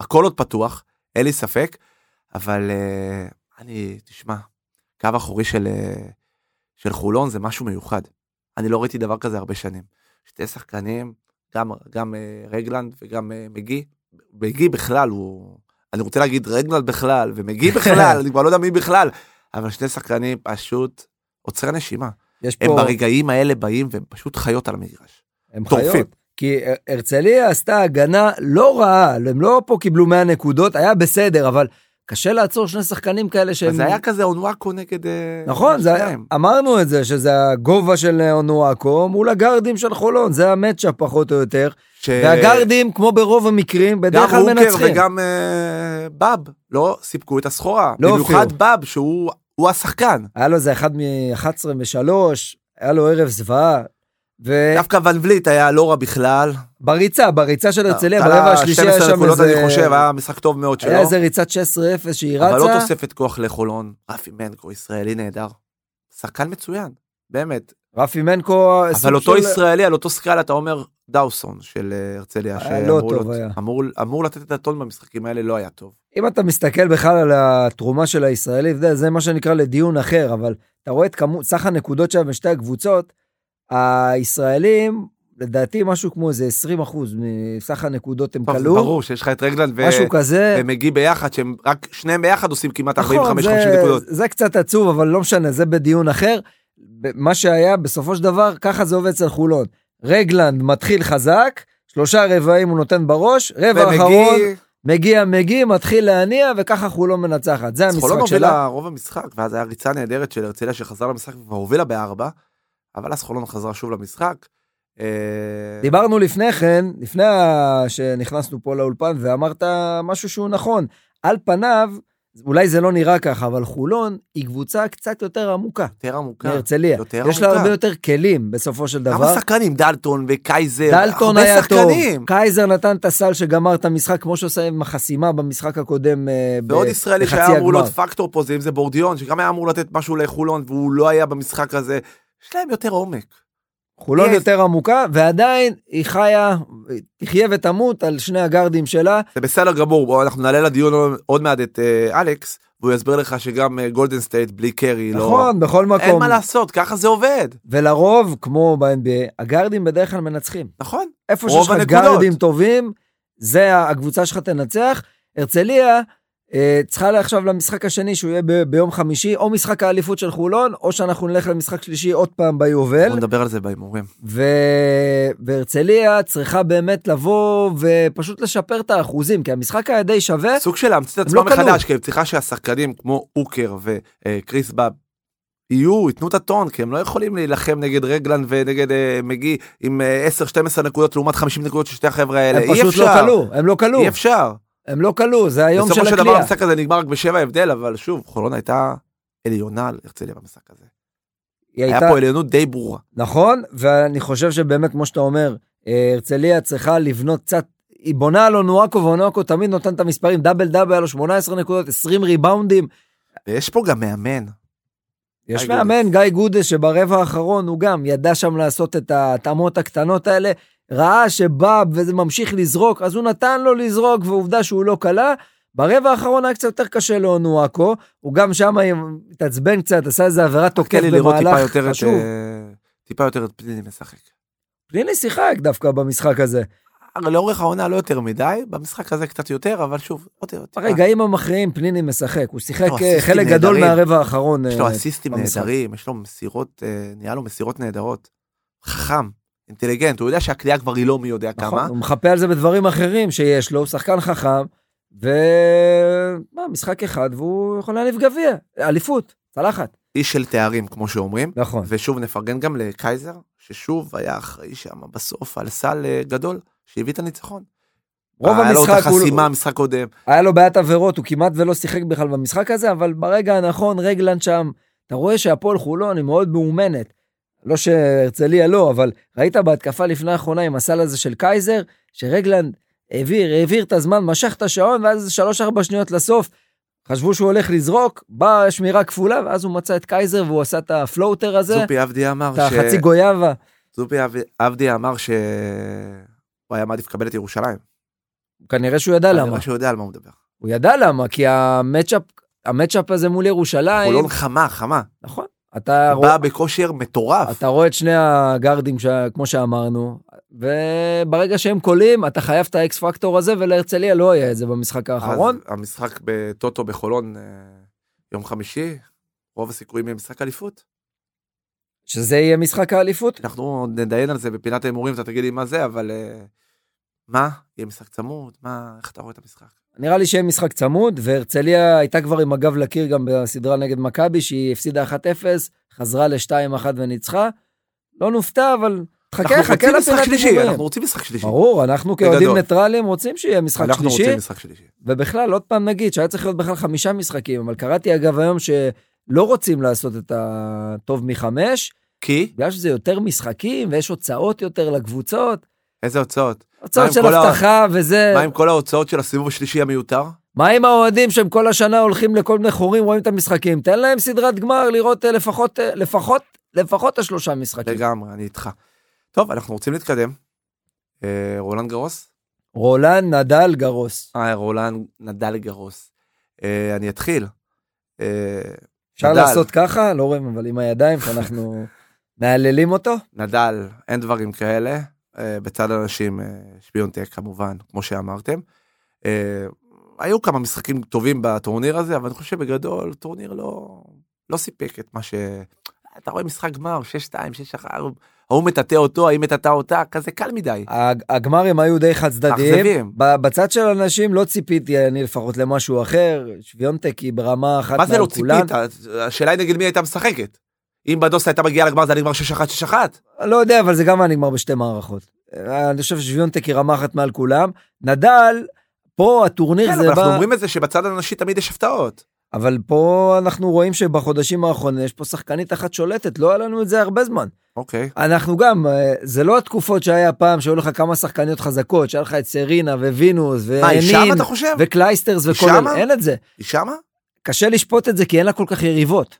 [SPEAKER 1] הכל עוד פתוח, אין לי ספק, אבל אה, אני, תשמע, קו אחורי של, אה, של חולון זה משהו מיוחד. אני לא ראיתי דבר כזה הרבה שנים. שתי שחקנים, גם, גם אה, רגלנד וגם אה, מגי, מגי בכלל הוא, אני רוצה להגיד רגלנד בכלל ומגי בכלל, אני כבר לא יודע מי בכלל, אבל שני שחקנים פשוט עוצרי נשימה.
[SPEAKER 2] יש
[SPEAKER 1] הם
[SPEAKER 2] פה-
[SPEAKER 1] ברגעים האלה באים והם פשוט חיות על המגרש.
[SPEAKER 2] הם
[SPEAKER 1] מטורפים.
[SPEAKER 2] חיות. כי הר- הרצליה עשתה הגנה לא רעה, הם לא פה קיבלו 100 נקודות, היה בסדר, אבל קשה לעצור שני שחקנים כאלה שהם...
[SPEAKER 1] אז זה היה כזה אונוואקו נגד... אה,
[SPEAKER 2] נכון, זה היה,
[SPEAKER 1] שניים.
[SPEAKER 2] אמרנו את זה, שזה הגובה של אונואקו מול הגארדים של חולון, זה המצ'אפ פחות או יותר.
[SPEAKER 1] ש-
[SPEAKER 2] והגארדים, כמו ברוב המקרים,
[SPEAKER 1] אה, גם
[SPEAKER 2] בדרך כלל
[SPEAKER 1] רוקר
[SPEAKER 2] מנצחים.
[SPEAKER 1] וגם אה, בב לא סיפקו את הסחורה.
[SPEAKER 2] לא
[SPEAKER 1] במיוחד
[SPEAKER 2] הופיעו.
[SPEAKER 1] בב שהוא הוא השחקן.
[SPEAKER 2] היה לו איזה אחד מ-11 ו-3, היה לו ערב זוועה. אה.
[SPEAKER 1] דווקא ון וליט היה לא רע בכלל.
[SPEAKER 2] ובריצה, בריצה
[SPEAKER 1] אה,
[SPEAKER 2] של הרצליה,
[SPEAKER 1] כלה
[SPEAKER 2] ברבע השלישי היה
[SPEAKER 1] 12
[SPEAKER 2] שם
[SPEAKER 1] נקודות,
[SPEAKER 2] איזה...
[SPEAKER 1] אני חושב, היה משחק טוב מאוד שלו.
[SPEAKER 2] היה איזה ריצת 16-0 שהיא רצה.
[SPEAKER 1] אבל לא תוספת כוח לחולון. רפי מנקו, ישראלי נהדר. שחקן מצוין, באמת.
[SPEAKER 2] רפי מנקו... סוג
[SPEAKER 1] אבל אותו
[SPEAKER 2] של-
[SPEAKER 1] ישראלי, על אותו סקאלה, אתה אומר דאוסון של אה, הרצליה,
[SPEAKER 2] היה לא
[SPEAKER 1] שאמור
[SPEAKER 2] טוב,
[SPEAKER 1] להיות-
[SPEAKER 2] היה.
[SPEAKER 1] אמור- אמור לתת את הטון במשחקים האלה, לא היה טוב.
[SPEAKER 2] אם אתה מסתכל בכלל על התרומה של הישראלי, אתה יודע, זה מה שנקרא לדיון אחר, אבל אתה רואה את כמות, סך הנקודות שהיה בין שתי הקבוצות, הישראלים, לדעתי משהו כמו איזה 20 אחוז מסך הנקודות הם
[SPEAKER 1] טוב, זה
[SPEAKER 2] כלו,
[SPEAKER 1] ברור שיש לך את רגלנד ו-
[SPEAKER 2] משהו כזה.
[SPEAKER 1] ומגי ביחד, שהם רק שניהם ביחד עושים כמעט 45-50
[SPEAKER 2] כן. נכון, זה-
[SPEAKER 1] נקודות.
[SPEAKER 2] זה קצת עצוב, אבל לא משנה, זה בדיון אחר. ב- מה שהיה, בסופו של דבר, ככה זה עובד אצל חולון. רגלנד מתחיל חזק, שלושה רבעים הוא נותן בראש, רבע אחרון,
[SPEAKER 1] ומגי,
[SPEAKER 2] מגיע מגי, מתחיל להניע, וככה חולון מנצחת. זה
[SPEAKER 1] אז
[SPEAKER 2] המשחק
[SPEAKER 1] חולון
[SPEAKER 2] שלה.
[SPEAKER 1] הובילה רוב המשחק, ואז היה ריצה נהדרת של הרצליה שחזרה למשחק וכבר הובילה בארבע, אבל אז חולון חזרה שוב למשחק. אה,
[SPEAKER 2] דיברנו לפני כן, לפני שנכנסנו פה לאולפן, ואמרת משהו שהוא נכון. על פניו, אולי זה לא נראה ככה, אבל חולון היא קבוצה קצת יותר עמוקה
[SPEAKER 1] יותר עמוקה.
[SPEAKER 2] מהרצליה.
[SPEAKER 1] אה, יותר
[SPEAKER 2] יש לה
[SPEAKER 1] עמוקה.
[SPEAKER 2] הרבה יותר כלים בסופו של
[SPEAKER 1] כמה
[SPEAKER 2] דבר.
[SPEAKER 1] שחקנים? דלטון וקייזר,
[SPEAKER 2] דלטון
[SPEAKER 1] הרבה
[SPEAKER 2] היה
[SPEAKER 1] שחקנים.
[SPEAKER 2] טוב, קייזר נתן את הסל שגמר את המשחק, כמו שעושה עם החסימה במשחק הקודם אה, ב-
[SPEAKER 1] ועוד ישראלי
[SPEAKER 2] בחצי
[SPEAKER 1] שהיה אמור
[SPEAKER 2] הגמר.
[SPEAKER 1] להיות פקטור פה זה אם זה בורדיון שגם היה אמור לתת משהו לחולון והוא לא היה במשחק הזה. יש להם יותר עומק.
[SPEAKER 2] חולון
[SPEAKER 1] יש.
[SPEAKER 2] יותר עמוקה, ועדיין היא חיה, תחיה ותמות על שני הגארדים שלה.
[SPEAKER 1] זה בסדר גמור בוא, אנחנו נעלה לדיון עוד מעט את אה, אלכס והוא יסביר לך שגם אה, גולדן סטייט בלי קרי לא.
[SPEAKER 2] נכון, בכל מקום.
[SPEAKER 1] אין מה לעשות ככה זה עובד
[SPEAKER 2] ולרוב, כמו ב-NBA, הגארדים בדרך כלל מנצחים.
[SPEAKER 1] נכון
[SPEAKER 2] איפה
[SPEAKER 1] רוב
[SPEAKER 2] שיש לך
[SPEAKER 1] הנקודות.
[SPEAKER 2] גארדים טובים, זה ה- הקבוצה שלך תנצח. הרצליה אה, צריכה לה עכשיו למשחק השני, שהוא יהיה ב- ביום חמישי, או משחק האליפות של חולון, או שאנחנו נלך למשחק שלישי עוד פעם ביובל.
[SPEAKER 1] אנחנו נדבר על זה בהימורים
[SPEAKER 2] ו... והרצליה צריכה באמת לבוא ופשוט לשפר את האחוזים, כי המשחק היה די שווה.
[SPEAKER 1] סוג של להמציא את
[SPEAKER 2] הם לא
[SPEAKER 1] עצמם מחדש
[SPEAKER 2] קנו.
[SPEAKER 1] כי הם צריכה שהשחקנים כמו אוקר וקריס באב. יהיו, ייתנו את הטון, כי הם לא יכולים להילחם נגד רגלן ונגד אה, מגי עם אה, 10-12 נקודות לעומת 50 נקודות של שתי החבר'ה האלה.
[SPEAKER 2] הם
[SPEAKER 1] אי
[SPEAKER 2] פשוט לא
[SPEAKER 1] אפשר,
[SPEAKER 2] כלו, הם לא כלו,
[SPEAKER 1] אי אפשר.
[SPEAKER 2] הם לא כלו, זה היום
[SPEAKER 1] בסופו
[SPEAKER 2] של
[SPEAKER 1] של דבר
[SPEAKER 2] הקליעה.
[SPEAKER 1] המשחק הזה נגמר רק בשבע הבדל אבל שוב חולון הייתה עליונה על הרצליה במשחק הזה.
[SPEAKER 2] היא
[SPEAKER 1] היה
[SPEAKER 2] הייתה,
[SPEAKER 1] פה עליונות די ברורה.
[SPEAKER 2] נכון, ואני חושב שבאמת, כמו שאתה אומר, אה, הרצליה צריכה לבנות קצת, היא בונה על אונואקו, ואונואקו תמיד נותן את המספרים, דאבל דאבל, היה לו 18 נקודות, 20 ריבאונדים.
[SPEAKER 1] ויש פה גם מאמן.
[SPEAKER 2] יש
[SPEAKER 1] גודס.
[SPEAKER 2] מאמן, גיא גודס, שברבע האחרון הוא גם ידע שם לעשות את ההתאמות הקטנות האלה, ראה שבא וזה ממשיך לזרוק, אז הוא נתן לו לזרוק, ועובדה שהוא לא כלה. ברבע האחרון היה קצת יותר קשה לאונואקו, הוא גם שם התעצבן קצת, עשה איזה עבירת תוקף
[SPEAKER 1] תן אוקיי, לי לראות טיפה
[SPEAKER 2] במהלך
[SPEAKER 1] יותר את...
[SPEAKER 2] חשוב.
[SPEAKER 1] אה, טיפה יותר את פניני משחק.
[SPEAKER 2] פניני שיחק דווקא במשחק הזה.
[SPEAKER 1] הרי לאורך העונה לא יותר מדי, במשחק הזה קצת יותר, אבל שוב, עוד עוד טיפה.
[SPEAKER 2] ברגעים המכריעים פניני משחק, הוא שיחק
[SPEAKER 1] לו
[SPEAKER 2] אה,
[SPEAKER 1] אסיסטים
[SPEAKER 2] חלק גדול
[SPEAKER 1] לא, נהדרים.
[SPEAKER 2] מהרבע האחרון.
[SPEAKER 1] יש לו
[SPEAKER 2] אה,
[SPEAKER 1] אסיסטים
[SPEAKER 2] במשחק.
[SPEAKER 1] נהדרים, יש לו מסירות, אה, נהיה לו מסירות נהדרות. חכם, אינטליגנט, הוא יודע שהקליעה כבר היא לא מי יודע
[SPEAKER 2] נכון,
[SPEAKER 1] כמה.
[SPEAKER 2] הוא מחפה על זה בדברים אחרים שיש לו, הוא שחקן חכם, ו... מה, משחק אחד והוא יכול להניף גביע, אליפות, צלחת.
[SPEAKER 1] איש של תארים, כמו שאומרים.
[SPEAKER 2] נכון.
[SPEAKER 1] ושוב נפרגן גם לקייזר, ששוב היה אחראי שם בסוף על סל אה, גדול, שהביא את הניצחון.
[SPEAKER 2] רוב
[SPEAKER 1] היה לו את
[SPEAKER 2] המשחק, הוא... לא-
[SPEAKER 1] החסימה, משחק קודם.
[SPEAKER 2] היה לו בעיית עבירות, הוא כמעט ולא שיחק בכלל במשחק הזה, אבל ברגע הנכון, רגלנד שם, אתה רואה שהפועל חולון היא מאוד מאומנת. לא שהרצליה לא, אבל ראית בהתקפה לפני האחרונה עם הסל הזה של קייזר, שרגלנד העביר, העביר את הזמן, משך את השעון, ואז שלוש-ארבע שניות לסוף, חשבו שהוא הולך לזרוק, באה שמירה כפולה, ואז הוא מצא את קייזר והוא עשה את הפלוטר הזה,
[SPEAKER 1] זופי עבדי אמר
[SPEAKER 2] את החצי גויאבה.
[SPEAKER 1] זופי אב- עבדי אמר שהוא היה מעדיף לקבל את ירושלים.
[SPEAKER 2] כנראה שהוא ידע למה.
[SPEAKER 1] כנראה שהוא יודע על מה הוא מדבר.
[SPEAKER 2] הוא ידע למה, כי המצ'אפ, המצ'אפ הזה מול ירושלים,
[SPEAKER 1] חולון חמה, חמה.
[SPEAKER 2] נכון. אה, אתה
[SPEAKER 1] בא בכושר מטורף.
[SPEAKER 2] אתה רואה את שני הגארדים, ש... כמו שאמרנו, וברגע שהם קולים, אתה חייב את האקס פקטור הזה, ולהרצליה לא היה את זה במשחק האחרון.
[SPEAKER 1] אז המשחק בטוטו בחולון אה, יום חמישי, רוב הסיכויים יהיה משחק אליפות.
[SPEAKER 2] שזה יהיה משחק האליפות.
[SPEAKER 1] אנחנו עוד נדיין על זה בפינת ההימורים, אתה תגיד לי מה זה, אבל אה, מה? יהיה משחק צמוד? מה? איך אתה רואה את המשחק?
[SPEAKER 2] נראה לי שיהיה משחק צמוד, והרצליה הייתה כבר עם הגב לקיר גם בסדרה נגד מכבי, שהיא הפסידה 1-0, חזרה ל-2-1 וניצחה. לא נופתע, אבל חכה,
[SPEAKER 1] אנחנו
[SPEAKER 2] חכה
[SPEAKER 1] רוצים משחק
[SPEAKER 2] לפינת
[SPEAKER 1] שלישי,
[SPEAKER 2] הימורים.
[SPEAKER 1] אנחנו רוצים משחק שלישי.
[SPEAKER 2] ברור, אנחנו כאוהדים
[SPEAKER 1] בגדול.
[SPEAKER 2] ניטרלים רוצים שיהיה משחק
[SPEAKER 1] אנחנו
[SPEAKER 2] שלישי.
[SPEAKER 1] רוצים משחק שלישי.
[SPEAKER 2] ובכלל, עוד פעם נגיד שהיה צריך להיות בכלל חמישה משחקים, אבל קראתי אגב היום שלא רוצים לעשות את הטוב מחמש,
[SPEAKER 1] כי?
[SPEAKER 2] בגלל שזה יותר משחקים ויש הוצאות יותר לקבוצות,
[SPEAKER 1] איזה הוצאות?
[SPEAKER 2] הוצאות
[SPEAKER 1] עם
[SPEAKER 2] של
[SPEAKER 1] כל ה-
[SPEAKER 2] אבטחה וזה.
[SPEAKER 1] מה עם כל ההוצאות של הסיבוב השלישי המיותר?
[SPEAKER 2] מה עם האוהדים שהם כל השנה הולכים לכל מיני חורים, רואים את המשחקים? תן להם סדרת גמר לראות אה, לפחות, אה, לפחות, לפחות השלושה משחקים.
[SPEAKER 1] לגמרי, אני איתך. טוב, אנחנו רוצים להתקדם. אה, רולנד גרוס?
[SPEAKER 2] רולן, נדל, גרוס.
[SPEAKER 1] אה, רולנד נדל גרוס. אה, אני אתחיל. אה,
[SPEAKER 2] אפשר
[SPEAKER 1] נדל.
[SPEAKER 2] לעשות ככה, לא רואים, אבל עם הידיים שאנחנו מהללים אותו.
[SPEAKER 1] נדל, אין דברים כאלה. אה, בצד הנשים, אה, שפיונטק כמובן, כמו שאמרתם. אה, היו כמה משחקים טובים בטורניר הזה, אבל אני חושב שבגדול, טורניר לא, לא סיפק את מה ש... אתה רואה משחק גמר, 6-2, 6-1, ההוא מטאטא אותו, ההיא מטאטא אותה, כזה קל מדי.
[SPEAKER 2] הג- הגמרים היו די חד צדדיים.
[SPEAKER 1] אכזבים.
[SPEAKER 2] בצד של הנשים לא ציפיתי אני לפחות למשהו אחר, שוויונטק היא ברמה אחת
[SPEAKER 1] מה זה
[SPEAKER 2] מעל
[SPEAKER 1] לא
[SPEAKER 2] כולן.
[SPEAKER 1] ציפית? השאלה היא נגד מי הייתה משחקת. אם בדוסה הייתה מגיעה לגמר זה היה נגמר 6-1, 6-1.
[SPEAKER 2] לא יודע, אבל זה גם היה נגמר בשתי מערכות. אה, אני חושב ששוויונטק היא רמה אחת מעל כולם. נדל, פה הטורניר
[SPEAKER 1] כן,
[SPEAKER 2] זה
[SPEAKER 1] אבל אנחנו
[SPEAKER 2] בא,
[SPEAKER 1] אומרים את זה שבצד הנשי תמיד יש הפתעות.
[SPEAKER 2] אבל פה אנחנו רואים שבחודשים האחרונים יש פה שחקנית אחת שולטת, לא היה לנו את זה הרבה זמן.
[SPEAKER 1] אוקיי.
[SPEAKER 2] אנחנו גם, אה, זה לא התקופות שהיה פעם שהיו לך כמה שחקניות חזקות, שהיה לך את סרינה ווינוס
[SPEAKER 1] מה, היא שמה
[SPEAKER 2] ואנין
[SPEAKER 1] אתה חושב?
[SPEAKER 2] וקלייסטרס
[SPEAKER 1] היא
[SPEAKER 2] וכל
[SPEAKER 1] שמה?
[SPEAKER 2] אלה, אין את זה.
[SPEAKER 1] היא שמה?
[SPEAKER 2] קשה לשפוט את זה כי אין לה כל כך יריבות.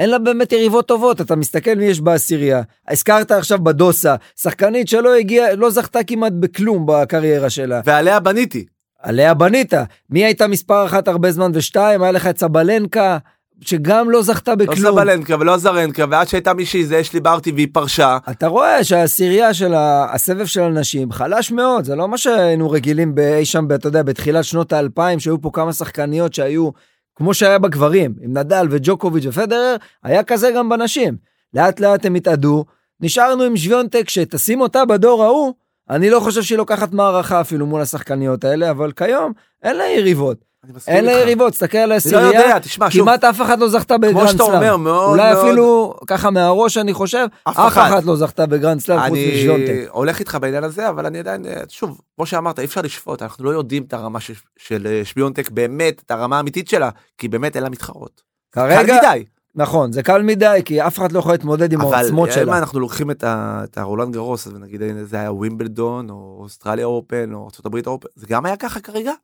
[SPEAKER 2] אין לה באמת יריבות טובות, אתה מסתכל מי יש בעשירייה. הזכרת עכשיו בדוסה, שחקנית שלא הגיעה, לא זכתה כמעט בכלום בקריירה שלה.
[SPEAKER 1] ועליה בניתי.
[SPEAKER 2] עליה בנית. מי הייתה מספר אחת הרבה זמן ושתיים? היה לך את סבלנקה, שגם לא זכתה
[SPEAKER 1] לא
[SPEAKER 2] בכלום.
[SPEAKER 1] סבלנקה ולא זרנקה, ועד שהייתה מישהי זה יש לי ברטי והיא פרשה.
[SPEAKER 2] אתה רואה שהעשירייה של ה- הסבב של הנשים חלש מאוד, זה לא מה שהיינו רגילים באי שם, ב- אתה יודע, בתחילת שנות האלפיים, שהיו פה כמה שחקניות שהיו, כמו שהיה בגברים, עם נדל וג'וקוביץ' ופדרר, היה כזה גם בנשים. לאט לאט הם התאדו, נשארנו עם שוויונטק, שתשים אותה בדור ההוא, אני לא חושב שהיא לוקחת מערכה אפילו מול השחקניות האלה, אבל כיום אין לה יריבות.
[SPEAKER 1] אני מסכים
[SPEAKER 2] אין לה
[SPEAKER 1] איתך.
[SPEAKER 2] יריבות, תסתכל על
[SPEAKER 1] אני לא
[SPEAKER 2] העשירייה,
[SPEAKER 1] יודע, תשמע, שוב,
[SPEAKER 2] כמעט אף אחת לא זכתה
[SPEAKER 1] כמו
[SPEAKER 2] בגרנד
[SPEAKER 1] שאתה אומר,
[SPEAKER 2] סלאם.
[SPEAKER 1] מאוד
[SPEAKER 2] אולי
[SPEAKER 1] מאוד,
[SPEAKER 2] אפילו ככה מהראש אני חושב,
[SPEAKER 1] אף
[SPEAKER 2] אף
[SPEAKER 1] אחת.
[SPEAKER 2] אחת לא זכתה בגרנד סלאם חוץ
[SPEAKER 1] אני
[SPEAKER 2] מז'ונטה.
[SPEAKER 1] הולך איתך בעניין הזה, אבל אני עדיין, אה, שוב, כמו שאמרת, אי אפשר לשפוט, אנחנו לא יודעים את הרמה של- של אה, שפיונטק באמת, את הרמה האמיתית שלה, כי באמת אין לה מתחרות. קל
[SPEAKER 2] כרגע,
[SPEAKER 1] מדי.
[SPEAKER 2] נכון, זה קל מדי, כי אף אחד לא יכול להתמודד עם העוצמות
[SPEAKER 1] אבל אם
[SPEAKER 2] שלה.
[SPEAKER 1] אנחנו לוקחים את, ה, את הרולנד גרוס, אז נגיד הנה, זה היה ווימבלדון, או אוסטרליה אופן, או ארה"ב אופן, זה גם היה ככה כרגע?
[SPEAKER 2] כן.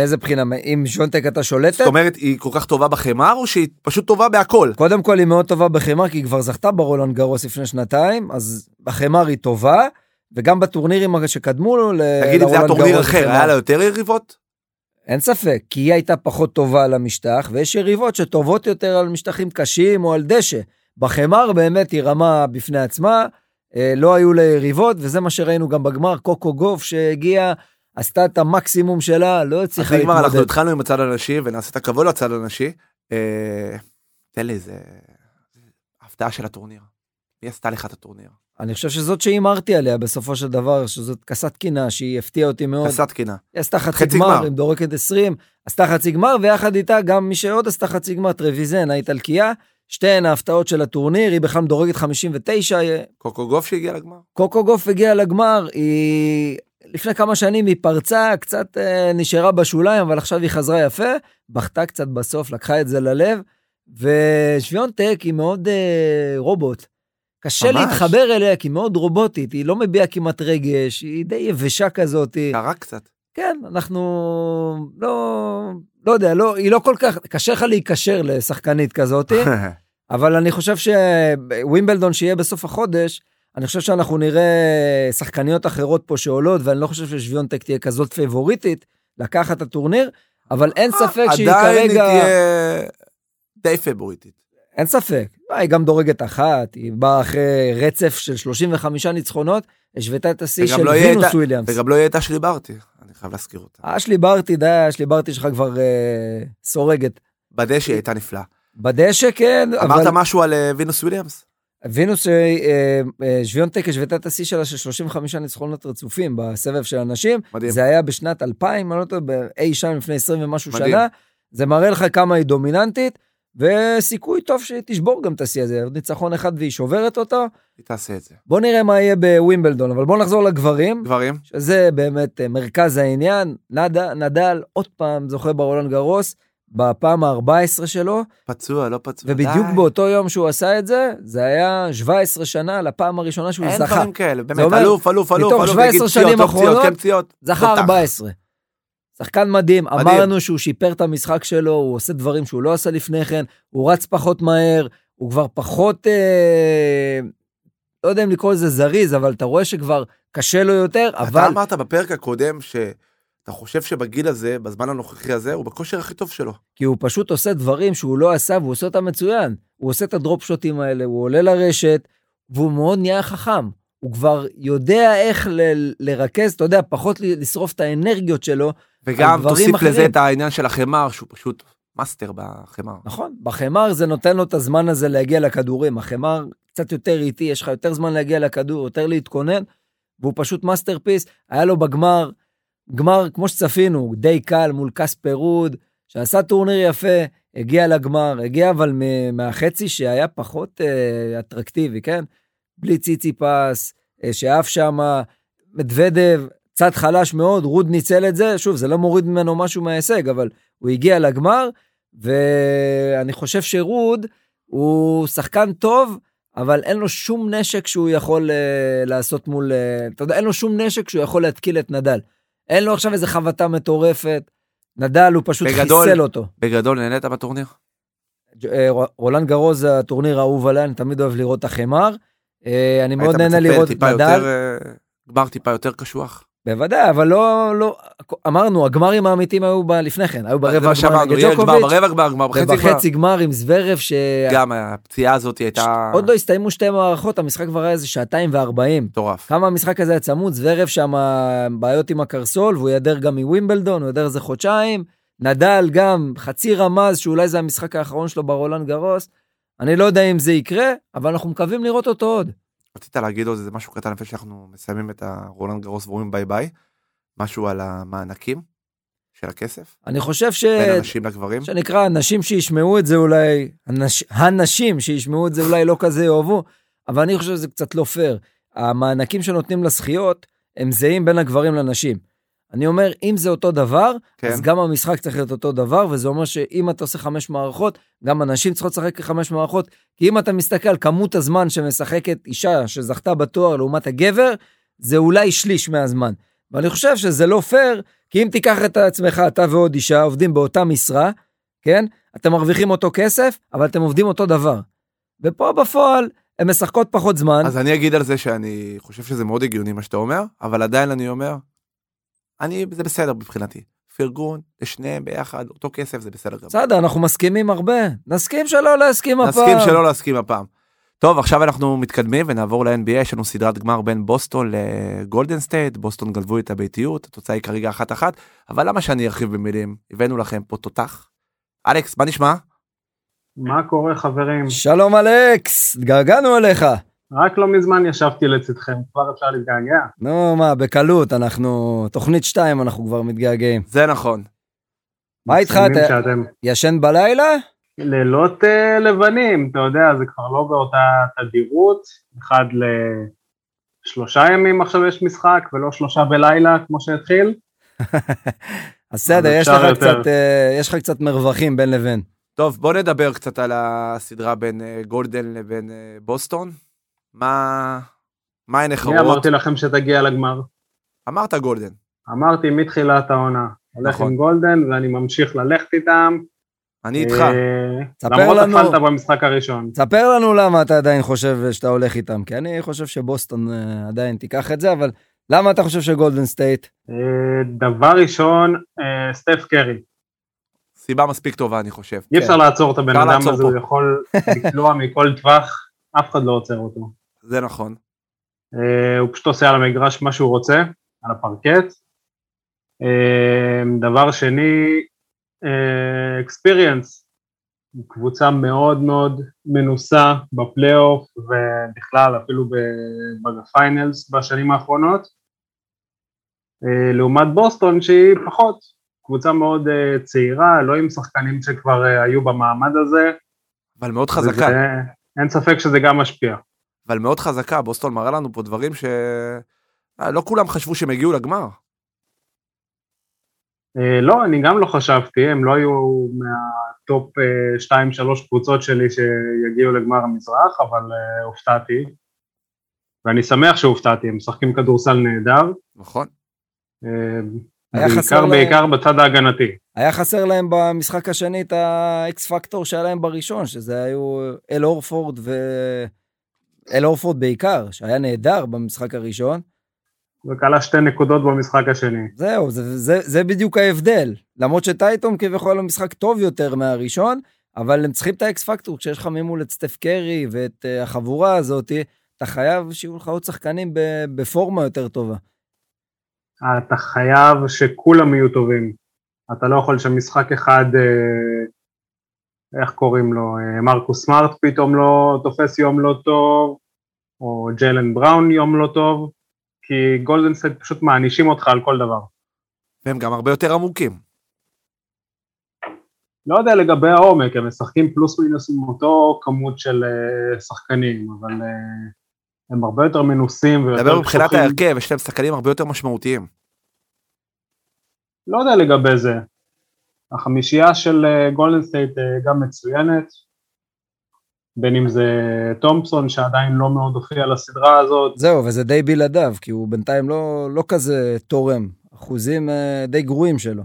[SPEAKER 2] מאיזה בחינה? אם שונטק הייתה שולטת?
[SPEAKER 1] זאת אומרת, היא כל כך טובה בחמר, או שהיא פשוט טובה בהכל?
[SPEAKER 2] קודם כל היא מאוד טובה בחמר, כי היא כבר זכתה ברולנד גרוס לפני שנתיים, אז בחמר היא טובה, וגם בטורנירים שקדמו לו ל- אה, לרולנד גרוס.
[SPEAKER 1] תגיד אם זה היה טורניר אחר,
[SPEAKER 2] בחמר.
[SPEAKER 1] היה לה יותר יריבות?
[SPEAKER 2] אין ספק, כי היא הייתה פחות טובה על המשטח, ויש יריבות שטובות יותר על משטחים קשים או על דשא. בחמר באמת היא רמה בפני עצמה, אה, לא היו לה יריבות, וזה מה שראינו גם בגמר, קוקו גוף שהגיעה, עשתה את המקסימום שלה, לא
[SPEAKER 1] אז
[SPEAKER 2] הצליחה
[SPEAKER 1] נגמר, אנחנו
[SPEAKER 2] להתמודד.
[SPEAKER 1] התחלנו עם הצד הנשי, ונעשה את הכבוד לצד הנשי. אה, תן לי איזה... הפתעה של הטורניר. מי עשתה לך את הטורניר?
[SPEAKER 2] אני חושב שזאת שהימרתי עליה בסופו של דבר, שזאת כסת קינה, שהיא הפתיעה אותי מאוד.
[SPEAKER 1] עשה תקינה.
[SPEAKER 2] היא עשתה חצי
[SPEAKER 1] חצי
[SPEAKER 2] גמר
[SPEAKER 1] גמר.
[SPEAKER 2] עם דורקת 20, עשתה חצי גמר, ויחד איתה גם מי שעוד עשתה חצי גמר, טרוויזן, האיטלקייה, שתיהן ההפתעות של הטורניר, היא בכלל מדורגת 59, אה,
[SPEAKER 1] קוקו גוף שהגיע לגמר?
[SPEAKER 2] קוקו גוף הגיעה לגמר, היא... לפני כמה שנים היא פרצה, קצת אה, נשארה בשוליים, אבל עכשיו היא חזרה יפה, בכתה קצת בסוף, לקחה את זה ללב, ושוויונטק היא מאוד אה, רובוט. קשה
[SPEAKER 1] ממש.
[SPEAKER 2] להתחבר אליה, כי היא מאוד רובוטית, היא לא מביעה כמעט רגש, היא די יבשה כזאת. היא-
[SPEAKER 1] קרה קצת.
[SPEAKER 2] כן, אנחנו לא, לא יודע, לא, היא לא כל כך, קשה לך להיקשר לשחקנית כזאת, אבל אני חושב שווימבלדון שיהיה בסוף החודש, אני חושב שאנחנו נראה שחקניות אחרות פה שעולות, ואני לא חושב ששוויונטק תהיה כזאת פייבוריטית לקחת את הטורניר, אבל אין ספק שהיא
[SPEAKER 1] אה, עדיין היא
[SPEAKER 2] כרגע...
[SPEAKER 1] תהיה די פבוריטית.
[SPEAKER 2] אין ספק. אה, היא גם דורגת אחת, היא באה אחרי רצף של 35 ניצחונות, השוותה את השיא
[SPEAKER 1] וגם
[SPEAKER 2] של
[SPEAKER 1] לא יהיה את
[SPEAKER 2] וינוס
[SPEAKER 1] ה-
[SPEAKER 2] וויליאמס.
[SPEAKER 1] וגם לא יהיה את אשלי ברטי, אני חייב להזכיר אותה.
[SPEAKER 2] אשלי ברטי, די, אשלי ברטי שלך כבר אה, סורגת.
[SPEAKER 1] בדשא היא הייתה נפלאה.
[SPEAKER 2] בדשא כן, אבל
[SPEAKER 1] אמרת משהו על אה, וינוס וויליאמס?
[SPEAKER 2] וינוס אה, אה, אה, שוויונטק השוותה את השיא שלה של 35 ניצחונות רצופים בסבב של הנשים.
[SPEAKER 1] מדהים.
[SPEAKER 2] זה היה בשנת 2000, אם אני לא טועה, ב- אי שם לפני 20 ומשהו
[SPEAKER 1] מדהים.
[SPEAKER 2] שנה. זה מראה לך כמה היא דומיננטית, וסיכוי טוב שהיא תשבור גם את השיא הזה. עוד ניצחון אחד והיא שוברת אותו.
[SPEAKER 1] היא תעשה את זה.
[SPEAKER 2] בוא נראה מה יהיה בווימבלדון, אבל בוא נחזור לגברים,
[SPEAKER 1] גברים?
[SPEAKER 2] שזה באמת אה, מרכז העניין. נד- נדל עוד פעם זוכה ברולנד גרוס, בפעם ה-14 שלו.
[SPEAKER 1] פצוע, לא פצוע.
[SPEAKER 2] ובדיוק
[SPEAKER 1] די.
[SPEAKER 2] באותו יום שהוא עשה את זה, זה היה 17 שנה לפעם הראשונה שהוא
[SPEAKER 1] אין
[SPEAKER 2] זכה.
[SPEAKER 1] דברים כאלה, באמת,
[SPEAKER 2] אומר,
[SPEAKER 1] אלוף, אלוף, אלוף,
[SPEAKER 2] מתוך
[SPEAKER 1] אלוף,
[SPEAKER 2] 17
[SPEAKER 1] נגיד
[SPEAKER 2] שנים
[SPEAKER 1] פציעות, לא פציעות,
[SPEAKER 2] אחרונות,
[SPEAKER 1] כן פציעות.
[SPEAKER 2] זכה
[SPEAKER 1] תותח.
[SPEAKER 2] 14. שחקן מדהים,
[SPEAKER 1] מדהים.
[SPEAKER 2] אמרנו שהוא שיפר את המשחק שלו, הוא עושה דברים שהוא לא עשה לפני כן, הוא רץ פחות מהר, הוא כבר פחות, אה, לא יודע אם לקרוא לזה זריז, אבל אתה רואה שכבר קשה לו יותר,
[SPEAKER 1] אתה
[SPEAKER 2] אבל
[SPEAKER 1] אמרת בפרק הקודם שאתה חושב שבגיל הזה, בזמן הנוכחי הזה, הוא בכושר הכי טוב שלו.
[SPEAKER 2] כי הוא פשוט עושה דברים שהוא לא עשה, והוא עושה אותם מצוין. הוא עושה את הדרופ שוטים האלה, הוא עולה לרשת, והוא מאוד נהיה חכם. הוא כבר יודע איך ל- לרכז, אתה יודע, פחות ל- לשרוף את האנרגיות שלו.
[SPEAKER 1] וגם
[SPEAKER 2] דברים
[SPEAKER 1] תוסיף
[SPEAKER 2] אחרים.
[SPEAKER 1] לזה את העניין של החמר, שהוא פשוט מאסטר בחמר.
[SPEAKER 2] נכון, בחמר זה נותן לו את הזמן הזה להגיע לכדורים. החמר קצת יותר איטי, יש לך יותר זמן להגיע לכדור, יותר להתכונן, והוא פשוט מאסטרפיס. היה לו בגמר, גמר, כמו שצפינו, די קל מול קספר רוד, שעשה טורניר יפה, הגיע לגמר, הגיע אבל מ- מהחצי שהיה פחות אה, אטרקטיבי, כן? בלי ציציפס, אה, שאף שמה, מדוודב, צד חלש מאוד, רוד ניצל את זה, שוב, זה לא מוריד ממנו משהו מההישג, אבל הוא הגיע לגמר, ואני חושב שרוד הוא שחקן טוב, אבל אין לו שום נשק שהוא יכול אה, לעשות מול... אה, אתה יודע, אין לו שום נשק שהוא יכול להתקיל את נדל. אין לו עכשיו איזה חבטה מטורפת. נדל, הוא פשוט
[SPEAKER 1] בגדול,
[SPEAKER 2] חיסל אותו.
[SPEAKER 1] בגדול, נהנית בטורניר?
[SPEAKER 2] אה, רולן גרוס זה הטורניר האהוב עליי, אני תמיד אוהב לראות את החמר. אה, אני מאוד נהנה
[SPEAKER 1] היית
[SPEAKER 2] לראות
[SPEAKER 1] מצפה
[SPEAKER 2] את
[SPEAKER 1] לטיפה
[SPEAKER 2] נדל.
[SPEAKER 1] יותר, אה, גמר טיפה יותר קשוח?
[SPEAKER 2] בוודאי, אבל לא, לא, אמרנו, הגמרים האמיתיים היו ב- לפני כן, היו
[SPEAKER 1] אה, זה
[SPEAKER 2] ברבע
[SPEAKER 1] מה
[SPEAKER 2] הגמר
[SPEAKER 1] שאמרנו,
[SPEAKER 2] נגד
[SPEAKER 1] יהיה גמר
[SPEAKER 2] ג'וקוביץ',
[SPEAKER 1] ברבע גמר, גמר בחצי גמר.
[SPEAKER 2] ובחצי גמר עם זוורב, שעוד
[SPEAKER 1] גם הפציעה הזאת הייתה
[SPEAKER 2] לא הסתיימו שתי מערכות, המשחק כבר היה איזה שעתיים וארבעים.
[SPEAKER 1] מטורף.
[SPEAKER 2] כמה המשחק הזה היה צמוד, זוורב שם בעיות עם הקרסול, והוא יעדר גם מווימבלדון, הוא יעדר איזה חודשיים. נדל גם, חצי רמז, שאולי זה המשחק האחרון שלו ברולנד גרוס. אני לא יודע אם זה יקרה, אבל אנחנו מקווים לראות אותו עוד.
[SPEAKER 1] רצית להגיד עוד איזה משהו קטן לפני שאנחנו מסיימים את הרולנד גרוס ואומרים ביי ביי? משהו על המענקים של הכסף?
[SPEAKER 2] אני חושב אה, ש...
[SPEAKER 1] בין הנשים לגברים?
[SPEAKER 2] שנקרא, אנשים שישמעו את זה אולי, הנש, הנשים שישמעו את זה אולי לא כזה יאהבו, אבל אני חושב שזה קצת לא פייר. המענקים שנותנים לזכיות הם זהים בין הגברים לנשים. אני אומר, אם זה אותו דבר,
[SPEAKER 1] כן.
[SPEAKER 2] אז גם המשחק צריך להיות אותו דבר, וזה אומר שאם אתה עושה חמש מערכות, גם הנשים צריכות לשחק חמש מערכות, כי אם אתה מסתכל על כמות הזמן שמשחקת אישה שזכתה בתואר לעומת הגבר, זה אולי שליש מהזמן. ואני חושב שזה לא פייר, כי אם תיקח את עצמך, אתה ועוד אישה עובדים באותה משרה, כן? אתם מרוויחים אותו כסף, אבל אתם עובדים אותו דבר. ופה בפועל, הן משחקות פחות זמן.
[SPEAKER 1] אז אני אגיד על זה שאני חושב שזה מאוד הגיוני מה שאתה אומר, אבל עדיין אני אומר, אני, זה בסדר מבחינתי. פרגון, לשניהם ביחד, אותו כסף, זה בסדר גמור.
[SPEAKER 2] בסדר, אנחנו מסכימים הרבה. נסכים שלא לא להסכים הפעם.
[SPEAKER 1] נסכים שלא להסכים הפעם. טוב, עכשיו אנחנו מתקדמים ונעבור ל-NBA, יש לנו סדרת גמר בין בוסטון לגולדן סטייט, בוסטון גנבו את הביתיות, התוצאה היא כרגע אחת אחת, אבל למה שאני ארחיב במילים? הבאנו לכם פה תותח. אלכס, מה נשמע?
[SPEAKER 3] מה קורה חברים?
[SPEAKER 2] שלום אלכס, התגעגענו אליך.
[SPEAKER 3] רק לא מזמן ישבתי לצדכם, כבר אפשר להתגעגע.
[SPEAKER 2] נו מה, בקלות, אנחנו... תוכנית 2 אנחנו כבר מתגעגעים.
[SPEAKER 1] זה נכון.
[SPEAKER 2] מה איתך,
[SPEAKER 3] שומעים
[SPEAKER 2] אתה
[SPEAKER 3] שאתם
[SPEAKER 2] ישן בלילה?
[SPEAKER 3] לילות אה, לבנים, אתה יודע, זה כבר לא באותה תדירות, אחד לשלושה ימים עכשיו יש משחק, ולא שלושה בלילה כמו שהתחיל.
[SPEAKER 2] אז בסדר, יש
[SPEAKER 3] אפשר
[SPEAKER 2] לך
[SPEAKER 3] יותר.
[SPEAKER 2] קצת, אה, יש לך קצת מרווחים בין לבין.
[SPEAKER 1] טוב, בוא נדבר קצת על הסדרה בין אה, גולדן לבין אה, בוסטון. מה... מה הן
[SPEAKER 3] אני
[SPEAKER 1] נחרות?
[SPEAKER 3] אמרתי לכם שתגיע לגמר.
[SPEAKER 1] אמרת גולדן.
[SPEAKER 3] אמרתי מתחילת העונה, הולך
[SPEAKER 1] נכון.
[SPEAKER 3] עם גולדן ואני ממשיך ללכת איתם.
[SPEAKER 1] אני איתך.
[SPEAKER 3] אה,
[SPEAKER 2] ספר
[SPEAKER 3] למרות
[SPEAKER 2] לנו.
[SPEAKER 3] הפלת במשחק הראשון.
[SPEAKER 2] תספר לנו למה אתה עדיין חושב שאתה הולך איתם, כי אני חושב שבוסטון אה, עדיין תיקח את זה, אבל למה אתה חושב שגולדן סטייט?
[SPEAKER 3] אה, דבר ראשון, אה, סטף קרי.
[SPEAKER 1] סיבה מספיק טובה, אני חושב. כן,
[SPEAKER 3] אי אפשר לעצור את הבן
[SPEAKER 1] אפשר
[SPEAKER 3] אדם
[SPEAKER 1] לעצור
[SPEAKER 3] הזה,
[SPEAKER 1] פה.
[SPEAKER 3] הוא יכול לקלוע מכל טווח, אף אחד לא עוצר אותו.
[SPEAKER 1] זה נכון.
[SPEAKER 3] אה, הוא פשוט עושה על המגרש מה שהוא רוצה, על הפרקט. אה, דבר שני, אה, experience, הוא קבוצה מאוד מאוד מנוסה בפלייאוף ובכלל אפילו ב- בפיינלס בשנים האחרונות, אה, לעומת בוסטון שהיא פחות, קבוצה מאוד אה, צעירה, לא עם שחקנים שכבר אה, היו במעמד הזה,
[SPEAKER 1] אבל מאוד חזקה.
[SPEAKER 3] וזה- אין ספק שזה גם משפיע.
[SPEAKER 1] אבל מאוד חזקה. בוסטון מראה לנו פה דברים ש... אה, לא כולם חשבו שהם הגיעו לגמר.
[SPEAKER 3] אה, לא, אני גם לא חשבתי, הם לא היו מהטופ 2-3 קבוצות שלי שיגיעו לגמר המזרח, אבל אה, הופתעתי, ואני שמח שהופתעתי, הם משחקים כדורסל נהדר,
[SPEAKER 1] נכון.
[SPEAKER 3] אה,
[SPEAKER 2] היה חסר
[SPEAKER 3] בעיקר
[SPEAKER 2] להם-
[SPEAKER 3] בעיקר בצד ההגנתי.
[SPEAKER 2] היה חסר להם במשחק השני את האקס פקטור שהיה להם בראשון, שזה היו אל אורפורד ו... אל אורפורד בעיקר, שהיה נהדר במשחק הראשון.
[SPEAKER 3] וכלה שתי נקודות במשחק השני.
[SPEAKER 2] זהו, זה, זה, זה בדיוק ההבדל. למרות שטייטום כביכול הוא משחק טוב יותר מהראשון, אבל הם צריכים את האקס פקטור. כשיש לך ממול את סטף קרי ואת אה, החבורה הזאת, אתה חייב שיהיו לך עוד שחקנים ב, בפורמה יותר טובה.
[SPEAKER 3] אה, אתה חייב שכולם יהיו טובים. אתה לא יכול שמשחק אחד, אה, איך קוראים לו, אה, מרקוס סמארט פתאום לא תופס יום לא טוב, או ג'יילן בראון יום לא טוב, כי גולדנסט פשוט מענישים אותך על כל דבר.
[SPEAKER 1] והם גם הרבה יותר עמוקים.
[SPEAKER 3] לא יודע לגבי העומק, הם משחקים פלוס מינוס עם אותו כמות של אה, שחקנים, אבל אה, הם הרבה יותר מנוסים ויותר
[SPEAKER 1] דבר מבחינת
[SPEAKER 3] פתוחים.
[SPEAKER 1] ההרכב, יש להם שחקנים הרבה יותר משמעותיים.
[SPEAKER 3] לא יודע לגבי זה. החמישייה של אה, גולדן סטייט גם מצוינת, בין אם זה תומפסון שעדיין לא מאוד הופיע לסדרה הזאת,
[SPEAKER 2] זהו, וזה די בלעדיו, כי הוא בינתיים לא, לא כזה תורם. אחוזים אה, די גרועים שלו.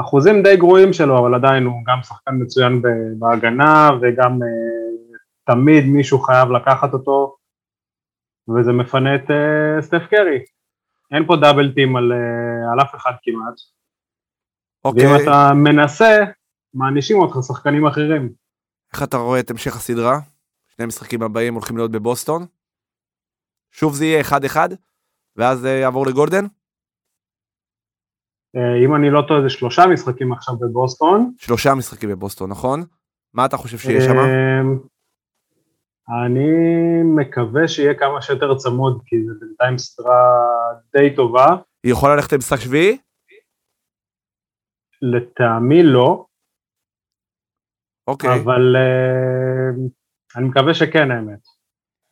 [SPEAKER 3] אחוזים די גרועים שלו, אבל עדיין הוא גם שחקן מצוין ב- בהגנה וגם אה, תמיד מישהו חייב לקחת אותו, וזה מפנה את אה, סטף קרי. אין פה דאבל טים על, אה, על אף אחד כמעט,
[SPEAKER 1] אוקיי,
[SPEAKER 3] ואם אתה מנסה, מענישים אותך שחקנים אחרים.
[SPEAKER 1] איך אתה רואה את המשך הסדרה? שני המשחקים הבאים הולכים להיות בבוסטון. שוב זה יהיה 1-1, ואז אה, יעבור לגולדן.
[SPEAKER 3] אה, אם אני לא טועה זה שלושה משחקים עכשיו בבוסטון.
[SPEAKER 1] שלושה משחקים בבוסטון, נכון? מה אתה חושב שיהיה שם?
[SPEAKER 3] אה, אני מקווה שיהיה כמה שיותר צמוד, כי זה בינתיים סדרה די טובה.
[SPEAKER 1] היא יכולה ללכת למשחק שביעי?
[SPEAKER 3] לטעמי לא,
[SPEAKER 1] אוקיי.
[SPEAKER 3] אבל אה, אני מקווה שכן האמת.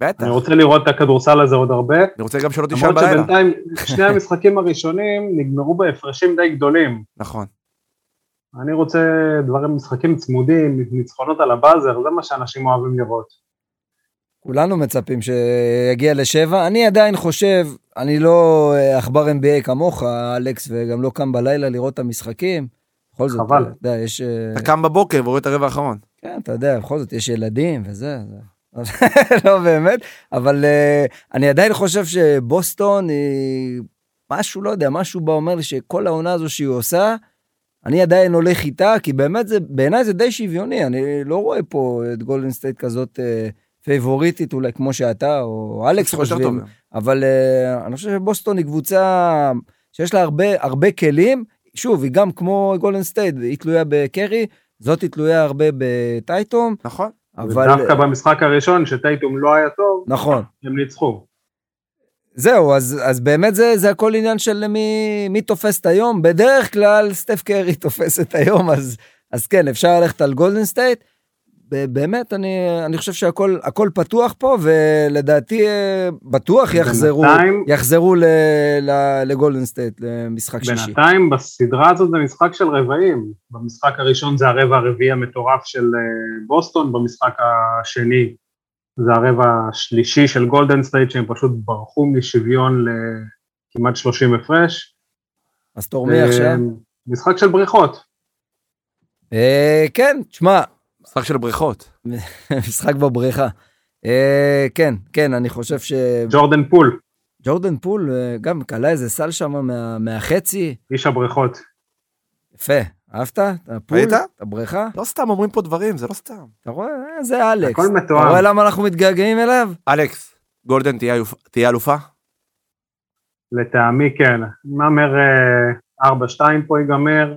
[SPEAKER 1] בטח.
[SPEAKER 3] אני רוצה לראות את הכדורסל הזה עוד הרבה.
[SPEAKER 1] אני רוצה גם שלא תישן
[SPEAKER 3] למרות
[SPEAKER 1] בלילה.
[SPEAKER 3] שבינתיים שני המשחקים הראשונים נגמרו בהפרשים די גדולים.
[SPEAKER 1] נכון.
[SPEAKER 3] אני רוצה דברים, משחקים צמודים, ניצחונות על הבאזר, זה מה שאנשים אוהבים לראות.
[SPEAKER 2] כולנו מצפים שיגיע לשבע. אני עדיין חושב, אני לא אה, עכבר NBA כמוך, אלכס, וגם לא קם בלילה לראות את המשחקים. בכל זאת,
[SPEAKER 3] חבל.
[SPEAKER 2] אתה יודע, יש... אה,
[SPEAKER 1] אתה קם בבוקר ורואה את הרבע האחרון.
[SPEAKER 2] כן, אתה יודע, בכל זאת יש ילדים וזה. זה. אז לא באמת, אבל אה, אני עדיין חושב שבוסטון היא משהו, לא יודע, משהו בה אומר לי שכל העונה הזו שהיא עושה, אני עדיין הולך איתה, כי באמת זה, בעיניי זה די שוויוני, אני לא רואה פה את גולדן סטייט כזאת אה, פייבוריטית אולי, כמו שאתה או אלכס
[SPEAKER 1] יותר טוב
[SPEAKER 2] חושבים,
[SPEAKER 1] גם.
[SPEAKER 2] אבל אה, אני חושב שבוסטון היא קבוצה שיש לה הרבה, הרבה כלים. שוב, היא גם כמו גולדן סטייט, היא תלויה בקרי, זאת היא תלויה הרבה בטייטום,
[SPEAKER 1] נכון.
[SPEAKER 2] אבל...
[SPEAKER 3] דווקא במשחק הראשון, שטייטום לא היה טוב,
[SPEAKER 2] נכון.
[SPEAKER 3] הם ניצחו.
[SPEAKER 2] זהו, אז, אז באמת זה, זה הכל עניין של מי, מי תופס את היום. בדרך כלל סטף קרי תופס את היום, אז, אז כן, אפשר ללכת על גולדן סטייט. ב- באמת, אני, אני חושב שהכל הכל פתוח פה, ולדעתי אה, בטוח יחזרו,
[SPEAKER 3] בינתיים-
[SPEAKER 2] יחזרו ל- ל- לגולדן סטייט, למשחק שישי.
[SPEAKER 3] בינתיים בסדרה הזאת זה משחק של רבעים. במשחק הראשון זה הרבע הרביעי המטורף של אה, בוסטון, במשחק השני זה הרבע השלישי של גולדן סטייט, שהם פשוט ברחו משוויון לכמעט 30 הפרש.
[SPEAKER 2] אז תורמי עכשיו.
[SPEAKER 3] אה, משחק של בריחות.
[SPEAKER 2] אה, כן, תשמע,
[SPEAKER 1] משחק של בריכות.
[SPEAKER 2] משחק בבריכה. אה, כן, כן, אני חושב ש...
[SPEAKER 3] ג'ורדן פול,
[SPEAKER 2] ג'ורדן פול אה, גם כלה איזה סל שם מה, מהחצי.
[SPEAKER 3] איש הבריכות.
[SPEAKER 2] יפה, אהבת? את הפול?
[SPEAKER 1] ראית?
[SPEAKER 2] את הבריכה?
[SPEAKER 1] לא סתם אומרים פה דברים, זה לא סתם.
[SPEAKER 2] אתה רואה? אה, זה אלכס.
[SPEAKER 3] הכל
[SPEAKER 2] אתה רואה
[SPEAKER 3] מתואם.
[SPEAKER 2] למה אנחנו מתגעגעים אליו?
[SPEAKER 1] אלכס, גולדן תהיה אלופ- תהיה אלופה?
[SPEAKER 3] לטעמי כן. מהמר אה, 4-2 פה ייגמר.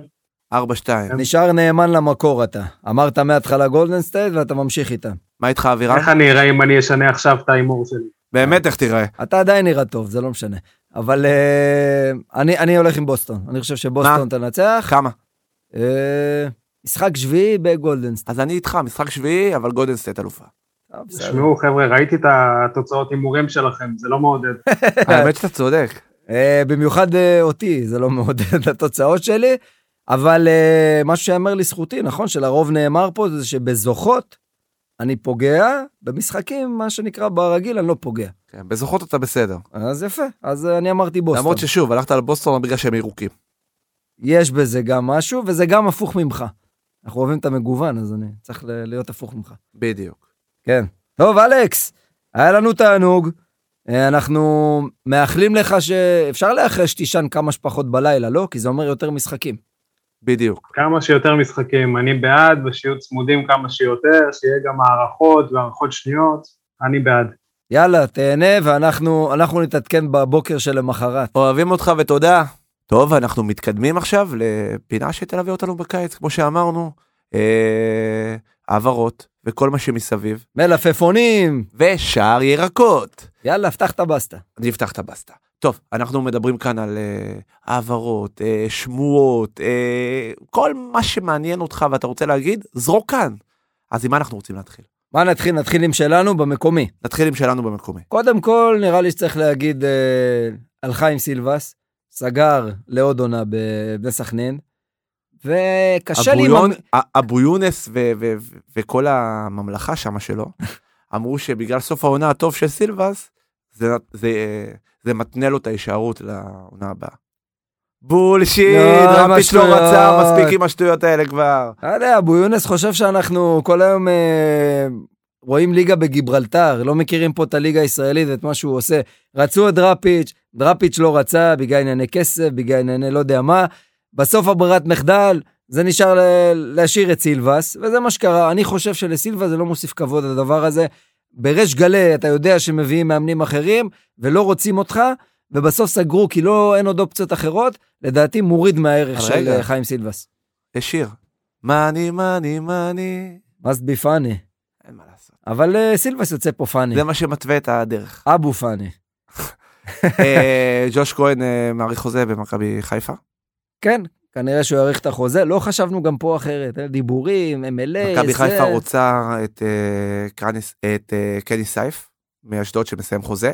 [SPEAKER 1] 4-2.
[SPEAKER 3] כן.
[SPEAKER 2] נשאר נאמן למקור אתה. אמרת מההתחלה גולדן סטייט ואתה ממשיך איתה.
[SPEAKER 1] מה איתך אבירם?
[SPEAKER 3] איך אני אראה אם אני אשנה עכשיו את ההימור שלי?
[SPEAKER 1] באמת איך תיראה?
[SPEAKER 2] אתה עדיין נראה טוב, זה לא משנה. אבל אה, אני, אני הולך עם בוסטון. אני חושב שבוסטון תנצח.
[SPEAKER 1] כמה?
[SPEAKER 2] אה, משחק שביעי בגולדן סטייט.
[SPEAKER 1] אז אני איתך, משחק שביעי, אבל גולדן סטייט אלופה.
[SPEAKER 2] אה, בסדר.
[SPEAKER 3] תשמעו חבר'ה, ראיתי את התוצאות הימורים שלכם, זה לא מעודד.
[SPEAKER 1] האמת שאתה צודק.
[SPEAKER 2] אה, במיוחד אה, אותי, זה לא מעודד לתוצאות שלי, אבל אה, משהו שאמר לזכותי, נכון, שלרוב נאמר פה, זה שבזוכות אני פוגע, במשחקים, מה שנקרא, ברגיל אני לא פוגע.
[SPEAKER 1] כן, בזוכות אתה בסדר.
[SPEAKER 2] אז יפה, אז אה, אני אמרתי בוסטון.
[SPEAKER 1] למרות ששוב, הלכת על בוסטון בגלל שהם ירוקים.
[SPEAKER 2] יש בזה גם משהו, וזה גם הפוך ממך. אנחנו אוהבים את המגוון, אז אני צריך ל- להיות הפוך ממך.
[SPEAKER 1] בדיוק.
[SPEAKER 2] כן. טוב, אלכס, היה לנו תענוג. אה, אנחנו מאחלים לך שאפשר לאחר שתישן כמה שפחות בלילה, לא? כי זה אומר יותר משחקים.
[SPEAKER 1] בדיוק.
[SPEAKER 3] כמה שיותר משחקים, אני בעד, ושיהיו צמודים כמה שיותר, שיהיה גם הערכות והערכות שניות, אני בעד.
[SPEAKER 2] יאללה, תהנה, ואנחנו אנחנו נתעדכן בבוקר שלמחרת.
[SPEAKER 1] אוהבים אותך ותודה. טוב, אנחנו מתקדמים עכשיו לפינה שתלווה אותנו בקיץ, כמו שאמרנו. אה, העברות וכל מה שמסביב,
[SPEAKER 2] מלפפונים!
[SPEAKER 1] ושער ירקות.
[SPEAKER 2] יאללה, פתח את הבסטה.
[SPEAKER 1] אני אפתח את הבסטה. טוב, אנחנו מדברים כאן על uh, העברות, uh, שמועות, uh, כל מה שמעניין אותך ואתה רוצה להגיד, זרוק כאן. אז עם מה אנחנו רוצים להתחיל?
[SPEAKER 2] מה נתחיל? נתחיל עם שלנו במקומי.
[SPEAKER 1] נתחיל עם שלנו במקומי.
[SPEAKER 2] קודם כל, נראה לי שצריך להגיד אה, על חיים סילבס, סגר לעוד עונה ב- בסכנין, וקשה לי... עם
[SPEAKER 1] אבו
[SPEAKER 2] המ-
[SPEAKER 1] יונ- א- אבו יונס ו- ו- ו- וכל הממלכה שם שלו, אמרו שבגלל סוף העונה הטוב של סילבס, זה, זה, אה, זה מתנה לו את ההישארות לעונה הבאה. בולשיט,
[SPEAKER 2] לא, עם
[SPEAKER 1] רביץ' לא
[SPEAKER 2] השטויות.
[SPEAKER 1] רצה, מספיק עם השטויות האלה כבר.
[SPEAKER 2] לא יודע, אבו יונס חושב שאנחנו כל היום אה, רואים ליגה בגיברלטר, לא מכירים פה את הליגה הישראלית ואת מה שהוא עושה. רצו את דראפיץ', דראפיץ' לא רצה, בגלל ענייני כסף, בגלל ענייני לא יודע מה. בסוף הברירת מחדל, זה נשאר ל- להשאיר את סילבס, וזה מה שקרה. אני חושב שלסילבס זה לא מוסיף כבוד הדבר הזה. בריש גלי אתה יודע שמביאים מאמנים אחרים ולא רוצים אותך, ובסוף סגרו כי לא, אין עוד אופציות אחרות. לדעתי מוריד מהערך
[SPEAKER 1] אבל
[SPEAKER 2] של
[SPEAKER 1] רגע.
[SPEAKER 2] אה, חיים סילבס.
[SPEAKER 1] יש שיר. מאני, מאני, מאני.
[SPEAKER 2] must be funny.
[SPEAKER 1] אין מה לעשות.
[SPEAKER 2] אבל אה, סילבס יוצא פה פאני,
[SPEAKER 1] זה מה שמתווה את הדרך.
[SPEAKER 2] אבו פאני.
[SPEAKER 1] אה, ג'וש כהן אה, מעריך חוזה במכבי חיפה.
[SPEAKER 2] כן, כנראה שהוא יאריך את החוזה, לא חשבנו גם פה אחרת, אה, דיבורים, MLA,
[SPEAKER 1] מכבי
[SPEAKER 2] זה.
[SPEAKER 1] חיפה רוצה את אה, קרניס- את, אה, קני סייף. מאשדוד שמסיים חוזה,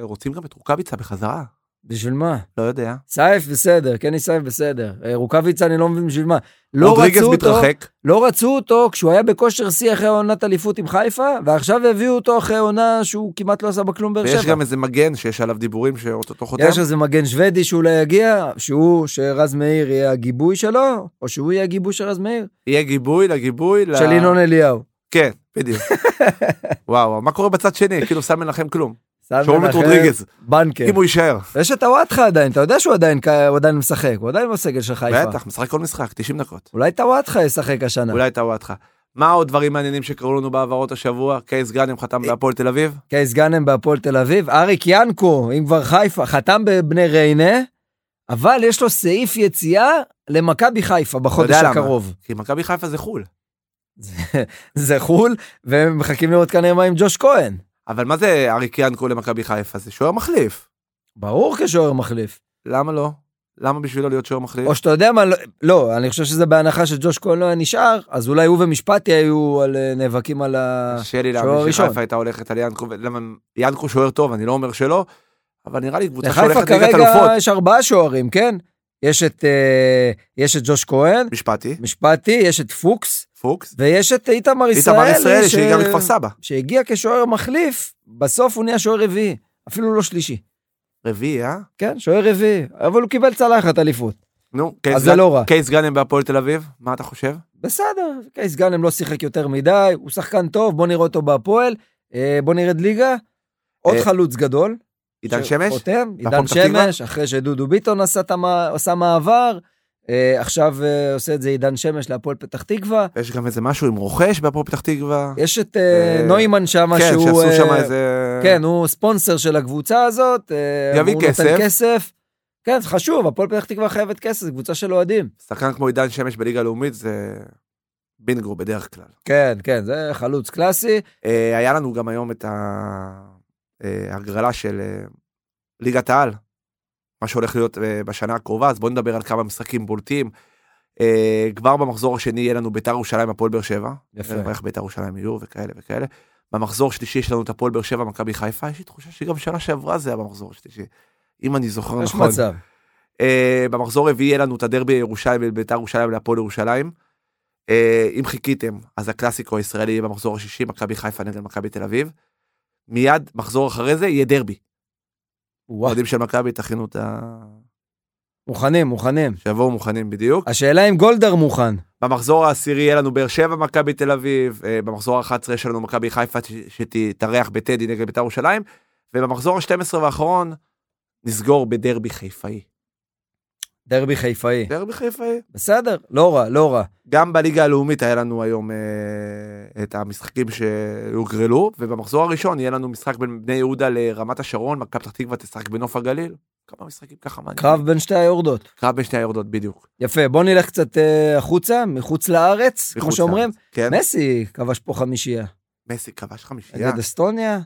[SPEAKER 1] ורוצים גם את רוקאביצה בחזרה,
[SPEAKER 2] בשביל מה?
[SPEAKER 1] לא יודע.
[SPEAKER 2] סייף בסדר, קני סייף בסדר. אה, רוקאביצה אני לא מבין בשביל מה. לא
[SPEAKER 1] רודריגז
[SPEAKER 2] רצו אותו,
[SPEAKER 1] מתרחק,
[SPEAKER 2] לא רצו אותו כשהוא היה בכושר שיא אחרי עונת אליפות עם חיפה, ועכשיו הביאו אותו אחרי עונה שהוא כמעט לא עשה בה כלום באר שבע.
[SPEAKER 1] ויש גם איזה מגן שיש עליו דיבורים שאו-טו-טו חותם.
[SPEAKER 2] יש איזה מגן שוודי שאולי יגיע, שהוא, שרז מאיר יהיה הגיבוי שלו, או שהוא יהיה הגיבוי של רז מאיר,
[SPEAKER 1] יהיה גיבוי לגיבוי. ל-
[SPEAKER 2] של ינון אליהו.
[SPEAKER 1] כן, בדיוק. וואו, מה קורה בצד שני? כאילו סם מנחם כלום.
[SPEAKER 2] סמי
[SPEAKER 1] שאול
[SPEAKER 2] מנחם, כן.
[SPEAKER 1] מטרודריגז,
[SPEAKER 2] בנקר.
[SPEAKER 1] אם הוא יישאר.
[SPEAKER 2] יש את הוואטחה עדיין, אתה יודע שהוא עדיין, כ- הוא עדיין משחק, הוא עדיין בסגל של חיפה.
[SPEAKER 1] בטח, משחק כל משחק, 90 דקות.
[SPEAKER 2] אולי טוואטחה ישחק השנה.
[SPEAKER 1] אולי טעו אותך. מה עוד דברים מעניינים שקרו לנו בהעברות השבוע? קייס גאנם חתם
[SPEAKER 2] אה.
[SPEAKER 1] בהפועל תל אביב?
[SPEAKER 2] קייס גאנם בהפועל תל אביב, אריק ינקו, אם כבר חיפה, חתם בבני ריינה, אבל יש לו סעיף יציאה למכבי חיפה בחודש
[SPEAKER 1] יודע למה.
[SPEAKER 2] הקרוב.
[SPEAKER 1] כי מכבי חיפה זה חו"ל.
[SPEAKER 2] זה חו"ל, והם מחכים לראות כנראה מה עם ג'וש כהן.
[SPEAKER 1] אבל מה זה אריק ינקו למכבי חיפה? זה שוער מחליף.
[SPEAKER 2] ברור כשוער מחליף.
[SPEAKER 1] למה לא? למה בשבילו להיות שוער מחליף?
[SPEAKER 2] או שאתה יודע מה, לא- לא, אני חושב שזה בהנחה שג'וש כהן לא היה נשאר, אז אולי הוא ומשפטי היו על, אה, נאבקים על ה...
[SPEAKER 1] קשה לי
[SPEAKER 2] שוער
[SPEAKER 1] להאמין
[SPEAKER 2] ראשון.
[SPEAKER 1] שחיפה הייתה הולכת על ינקו, למה ינקו שוער טוב, אני לא אומר שלא, אבל נראה לי קבוצה
[SPEAKER 2] לחיפה
[SPEAKER 1] שהולכת ליגת
[SPEAKER 2] כרגע
[SPEAKER 1] אלופות.
[SPEAKER 2] יש ארבעה שוערים, כן? יש את, אה, יש את ג'וש כהן,
[SPEAKER 1] משפטי,
[SPEAKER 2] משפטי, יש את פוקס,
[SPEAKER 1] פוקס,
[SPEAKER 2] ויש את איתמר ישראלי.
[SPEAKER 1] איתמר ישראלי
[SPEAKER 2] ש-
[SPEAKER 1] שהיא גם מכפר סבא,
[SPEAKER 2] שהגיע כשוער מחליף, בסוף הוא נהיה שוער רביעי, אפילו לא שלישי.
[SPEAKER 1] רביעי, אה?
[SPEAKER 2] כן, שוער רביעי, אבל הוא קיבל צלחת אליפות.
[SPEAKER 1] נו,
[SPEAKER 2] אז
[SPEAKER 1] קייס
[SPEAKER 2] זה
[SPEAKER 1] גאנם-
[SPEAKER 2] לא רע.
[SPEAKER 1] קייס גאנם בהפועל תל אביב, מה אתה חושב?
[SPEAKER 2] בסדר, קייס גאנם לא שיחק יותר מדי, הוא שחקן טוב, בוא נראה אותו בהפועל, אה, בוא נרד ליגה. עוד
[SPEAKER 1] אה,
[SPEAKER 2] חלוץ גדול.
[SPEAKER 1] עידן
[SPEAKER 2] ש-
[SPEAKER 1] שמש?
[SPEAKER 2] חותם, עידן
[SPEAKER 1] פתח תקווה?
[SPEAKER 2] שמש, אחרי שדודו ביטון עשה את המע- עשה מעבר, אה, עכשיו אה, עושה את זה עידן שמש להפועל פתח תקווה.
[SPEAKER 1] יש גם איזה משהו עם רוכש בהפועל פתח תקווה.
[SPEAKER 2] יש את אה,
[SPEAKER 1] אה,
[SPEAKER 2] נוימן שם,
[SPEAKER 1] כן,
[SPEAKER 2] שהוא...
[SPEAKER 1] שעשו
[SPEAKER 2] אה,
[SPEAKER 1] שם איזה...
[SPEAKER 2] כן, הוא ספונסר של הקבוצה הזאת. אה,
[SPEAKER 1] יביא
[SPEAKER 2] הוא נותן
[SPEAKER 1] כסף.
[SPEAKER 2] כסף. כן, זה חשוב, הפועל פתח תקווה חייבת כסף, זו קבוצה של אוהדים.
[SPEAKER 1] שחקן כמו עידן שמש בליגה הלאומית זה בינגו בדרך כלל.
[SPEAKER 2] כן, כן, זה חלוץ קלאסי.
[SPEAKER 1] אה, היה לנו גם היום את ההגרלה של אה, ליגת העל, מה שהולך להיות אה, בשנה הקרובה, אז בואו נדבר על כמה משחקים בולטים. אה, כבר במחזור השני יהיה לנו ביתר ירושלים, הפועל באר שבע.
[SPEAKER 2] יפה.
[SPEAKER 1] נראה איך ביתר ירושלים יהיו וכאלה וכאלה. במחזור השלישי יש לנו את הפועל באר שבע, מכבי חיפה, יש לי תחושה שגם שנה שעברה זה היה במחזור השלישי. אם אני זוכר
[SPEAKER 2] יש
[SPEAKER 1] נכון.
[SPEAKER 2] מצב.
[SPEAKER 1] Uh, במחזור רביעי יהיה לנו את הדרבי ירושלים בין בית"ר ירושלים להפועל ירושלים. Uh, אם חיכיתם, אז הקלאסיקו הישראלי יהיה במחזור השישי, מכבי חיפה נגד מכבי תל אביב. מיד, מחזור אחרי זה, יהיה דרבי.
[SPEAKER 2] וואו,
[SPEAKER 1] אוהדים של מכבי, תכינו את ה...
[SPEAKER 2] מוכנים, מוכנים.
[SPEAKER 1] שיבואו מוכנים בדיוק.
[SPEAKER 2] השאלה אם גולדהר מוכן.
[SPEAKER 1] במחזור העשירי יהיה לנו באר שבע, מכבי תל אביב. Uh, במחזור ה-11 יש לנו מכבי חיפה ש- שתתארח בטדי נגד בית"ר ירושלים. ובמחזור ה-12 והאחרון, נסגור בדרבי חיפאי.
[SPEAKER 2] דרבי חיפאי.
[SPEAKER 1] דרבי חיפאי.
[SPEAKER 2] בסדר, לא רע, לא רע.
[SPEAKER 1] גם בליגה הלאומית היה לנו היום אה, את המשחקים שהוגרלו, ובמחזור הראשון יהיה לנו משחק בין בני יהודה לרמת השרון, מכבי פתח תקווה תשחק בנוף הגליל. כמה משחקים ככה מעניינים.
[SPEAKER 2] קרב בין שתי היורדות.
[SPEAKER 1] קרב בין שתי היורדות בדיוק.
[SPEAKER 2] יפה, בוא נלך קצת אה, החוצה, מחוץ לארץ, כמו
[SPEAKER 1] מחוץ
[SPEAKER 2] שאומרים.
[SPEAKER 1] לארץ. כן,
[SPEAKER 2] מסי כבש פה חמישייה.
[SPEAKER 1] מסי כבש חמישייה.
[SPEAKER 2] נגד אסטוניה,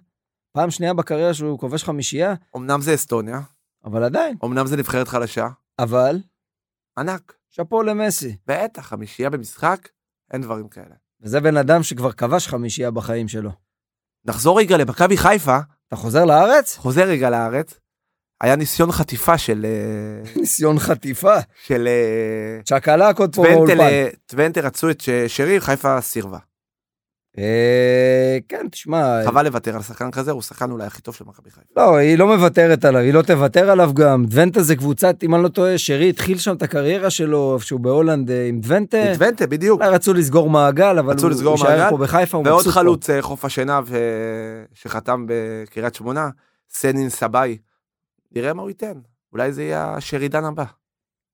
[SPEAKER 2] פעם שנייה בקריירה שהוא כובש חמישייה,
[SPEAKER 1] אמנם זה אסטוניה,
[SPEAKER 2] אבל עדיין.
[SPEAKER 1] אמנם זה נבחרת חלשה,
[SPEAKER 2] אבל,
[SPEAKER 1] ענק.
[SPEAKER 2] שאפו למסי.
[SPEAKER 1] בטח, חמישייה במשחק, אין דברים כאלה.
[SPEAKER 2] וזה בן אדם שכבר כבש חמישייה בחיים שלו.
[SPEAKER 1] נחזור רגע למכבי חיפה,
[SPEAKER 2] אתה חוזר לארץ?
[SPEAKER 1] חוזר רגע לארץ. היה ניסיון חטיפה של אה,
[SPEAKER 2] ניסיון חטיפה.
[SPEAKER 1] של אה,
[SPEAKER 2] צ'קלקות פה
[SPEAKER 1] טוונטה
[SPEAKER 2] באולפן.
[SPEAKER 1] ל- טוונטה רצו את ש- שרי, חיפה סירבה.
[SPEAKER 2] אה, כן, תשמע,
[SPEAKER 1] חבל לוותר על שחקן כזה, הוא שחקן אולי הכי טוב של מכבי חיפה.
[SPEAKER 2] לא, היא לא מוותרת עליו, היא לא תוותר עליו גם. דוונטה זה קבוצת, אם אני לא טועה, שרי התחיל שם את הקריירה שלו, שהוא בהולנד אה, עם דוונטה.
[SPEAKER 1] טוונטה, בדיוק.
[SPEAKER 2] אולי רצו לסגור מעגל, אבל
[SPEAKER 1] רצו
[SPEAKER 2] הוא
[SPEAKER 1] לסגור
[SPEAKER 2] הוא יישאר
[SPEAKER 1] מעגל,
[SPEAKER 2] פה בחיפה, הוא
[SPEAKER 1] ועוד
[SPEAKER 2] מבסוט פה.
[SPEAKER 1] חלוץ אה, חוף השינה ו- שחתם בקריית שמונה, סנין סבאי. נראה מה הוא ייתן, אולי זה יהיה השרידן הבא.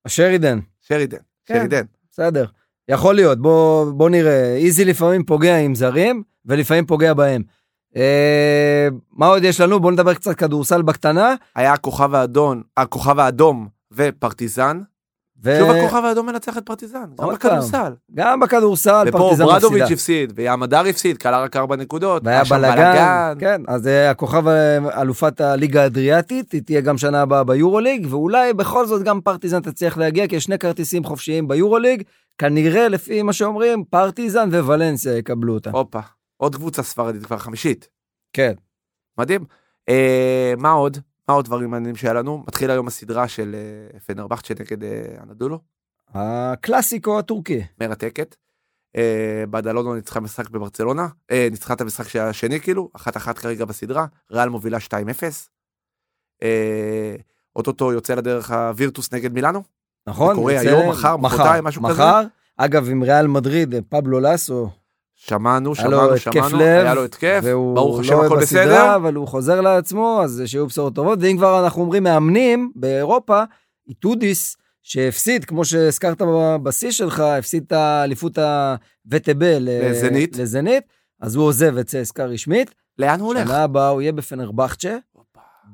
[SPEAKER 2] השרידן,
[SPEAKER 1] שרידן,
[SPEAKER 2] כן.
[SPEAKER 1] שרידן.
[SPEAKER 2] בסדר. יכול להיות, בוא, בוא נראה. איזי לפעמים פוגע עם זרים, ולפעמים פוגע בהם. אה, מה עוד יש לנו? בוא נדבר קצת כדורסל בקטנה.
[SPEAKER 1] היה הכוכב האדון, הכוכב האדום ופרטיזן.
[SPEAKER 2] ו...
[SPEAKER 1] שוב הכוכב האדום מנצח את פרטיזן, גם
[SPEAKER 2] אה. עוד
[SPEAKER 1] בכדורסל.
[SPEAKER 2] גם בכדורסל
[SPEAKER 1] ופה
[SPEAKER 2] פרטיזן
[SPEAKER 1] ברדוביץ'
[SPEAKER 2] מפסידה.
[SPEAKER 1] הפסיד, ויאם הדר הפסיד, כלל רק ארבע נקודות.
[SPEAKER 2] והיה
[SPEAKER 1] היה שם
[SPEAKER 2] בלאגן,
[SPEAKER 1] בלאגן.
[SPEAKER 2] כן, אז אה, הכוכב אה, אלופת הליגה האדריאטית, היא תהיה גם שנה הבאה ביורוליג, ואולי בכל זאת גם פרטיזן תצליח להגיע, כי יש שני כרטיסים חופשיים ביורוליג, כנראה לפי מה שאומרים, פרטיזן ווולנסיה יקבלו אותם.
[SPEAKER 1] הופה, עוד קבוצה ספרדית כבר חמישית.
[SPEAKER 2] כן.
[SPEAKER 1] מדהים. אה, מה עוד? מה עוד דברים מעניינים שהיה לנו? מתחיל היום הסדרה של אה, פנרבכצ'ה נגד אה, אנדולו,
[SPEAKER 2] הקלאסיקו הטורקי.
[SPEAKER 1] מרתקת. אה, בדלונו ניצחה משחק בברצלונה, אה, ניצחה את המשחק שהיה השני כאילו, אחת אחת כרגע בסדרה, ריאל מובילה 2-0. אה, אוטוטו יוצא לדרך הווירטוס נגד מילאנו,
[SPEAKER 2] נכון?
[SPEAKER 1] זה קורה
[SPEAKER 2] יוצא-
[SPEAKER 1] היום, מחר, מחרתיים, משהו כזה?
[SPEAKER 2] מחר. אגב, עם ריאל מדריד, אה, פבלו לסו,
[SPEAKER 1] שמענו,
[SPEAKER 2] היה לו
[SPEAKER 1] שמענו,
[SPEAKER 2] התקף
[SPEAKER 1] שמענו,
[SPEAKER 2] לב,
[SPEAKER 1] היה לו התקף,
[SPEAKER 2] והוא
[SPEAKER 1] ברוך השם
[SPEAKER 2] לא
[SPEAKER 1] הכל
[SPEAKER 2] בסדרה,
[SPEAKER 1] בסדר.
[SPEAKER 2] אבל הוא חוזר לעצמו, אז שיהיו בשורות טובות. ואם כבר אנחנו אומרים מאמנים, באירופה, איטודיס, שהפסיד, כמו שהזכרת ב- בשיא שלך, הפסיד את האליפות הווטב
[SPEAKER 1] לזנית.
[SPEAKER 2] לזנית, אז הוא עוזב את צסקה רשמית.
[SPEAKER 1] לאן הוא הולך?
[SPEAKER 2] שנה הבאה הוא יהיה בפנרבחצ'ה.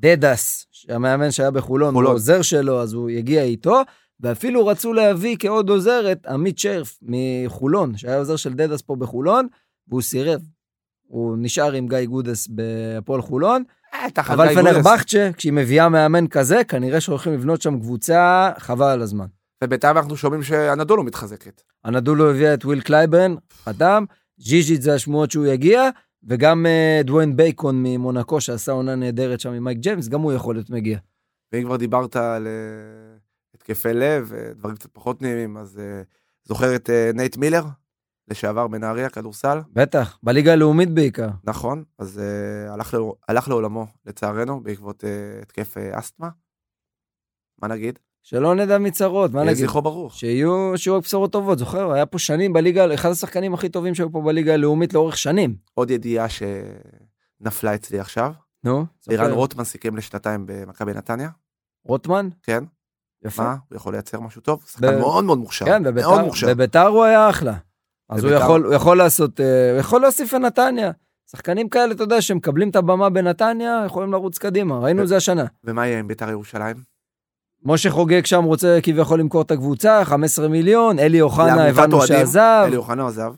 [SPEAKER 2] דדס, המאמן שהיה בחולון, הוא
[SPEAKER 1] חולון.
[SPEAKER 2] העוזר שלו, אז הוא יגיע איתו, ואפילו רצו להביא כעוד עוזרת, עמית שרף מחולון, שהיה עוזר של דדס פה בחולון, והוא סירב. הוא נשאר עם גיא גודס בהפועל חולון,
[SPEAKER 1] אה, תחת
[SPEAKER 2] אבל
[SPEAKER 1] גיא גודס.
[SPEAKER 2] פנרבכצ'ה, כשהיא מביאה מאמן כזה, כנראה שהולכים לבנות שם קבוצה, חבל על הזמן.
[SPEAKER 1] ובינתיים אנחנו שומעים שאנדולו מתחזקת.
[SPEAKER 2] הנדולו לא הביאה את וויל קלייברן, חתם, ז'יז'יט זה השמועות שהוא יגיע, וגם אה, דוויין בייקון ממונקו שעשה עונה נהדרת שם עם מייק ג'יימס, גם הוא יכול להיות מגיע.
[SPEAKER 1] ואם כבר דיברת על אה, התקפי לב, אה, דברים קצת פחות נעימים, אז אה, זוכר את אה, נייט מילר, לשעבר בנהריה, כדורסל?
[SPEAKER 2] בטח, בליגה הלאומית בעיקר.
[SPEAKER 1] נכון, אז אה, הלך לעו- הלך לעולמו, לצערנו, בעקבות אה, התקף אה, אסתמה. מה נגיד?
[SPEAKER 2] שלא נדע מצרות, מה
[SPEAKER 1] יהיה
[SPEAKER 2] נגיד?
[SPEAKER 1] זכרו ברוך.
[SPEAKER 2] שיהיו, שיהיו רק בשורות טובות, זוכר? היה פה שנים בליגה, אחד השחקנים הכי טובים שהיו פה בליגה הלאומית לאורך שנים.
[SPEAKER 1] עוד ידיעה שנפלה אצלי עכשיו,
[SPEAKER 2] נו, זוכר.
[SPEAKER 1] לירן רוטמן סיכם לשנתיים במכבי נתניה,
[SPEAKER 2] רוטמן?
[SPEAKER 1] כן?
[SPEAKER 2] יפה.
[SPEAKER 1] מה? הוא יכול לייצר משהו טוב? שחקן
[SPEAKER 2] ב-
[SPEAKER 1] מאוד מאוד מוכשר.
[SPEAKER 2] כן,
[SPEAKER 1] מאוד
[SPEAKER 2] בביתר-
[SPEAKER 1] מוכשר.
[SPEAKER 2] בביתר הוא היה אחלה. אז הוא
[SPEAKER 1] בביתר-
[SPEAKER 2] יכול, הוא יכול לעשות, אה, הוא יכול להוסיף לנתניה. שחקנים כאלה, אתה יודע, שמקבלים את הבמה בנתניה, יכולים לרוץ קדימה, ראינו את זה השנה.
[SPEAKER 1] ומה יהיה עם ביתר ירושלים?
[SPEAKER 2] משה חוגג שם רוצה כביכול למכור את הקבוצה, 15 מיליון, אלי אוחנה,
[SPEAKER 1] לעמותת
[SPEAKER 2] הבנו
[SPEAKER 1] אוהדים,
[SPEAKER 2] שעזב,
[SPEAKER 1] אלי אוחנה עזב.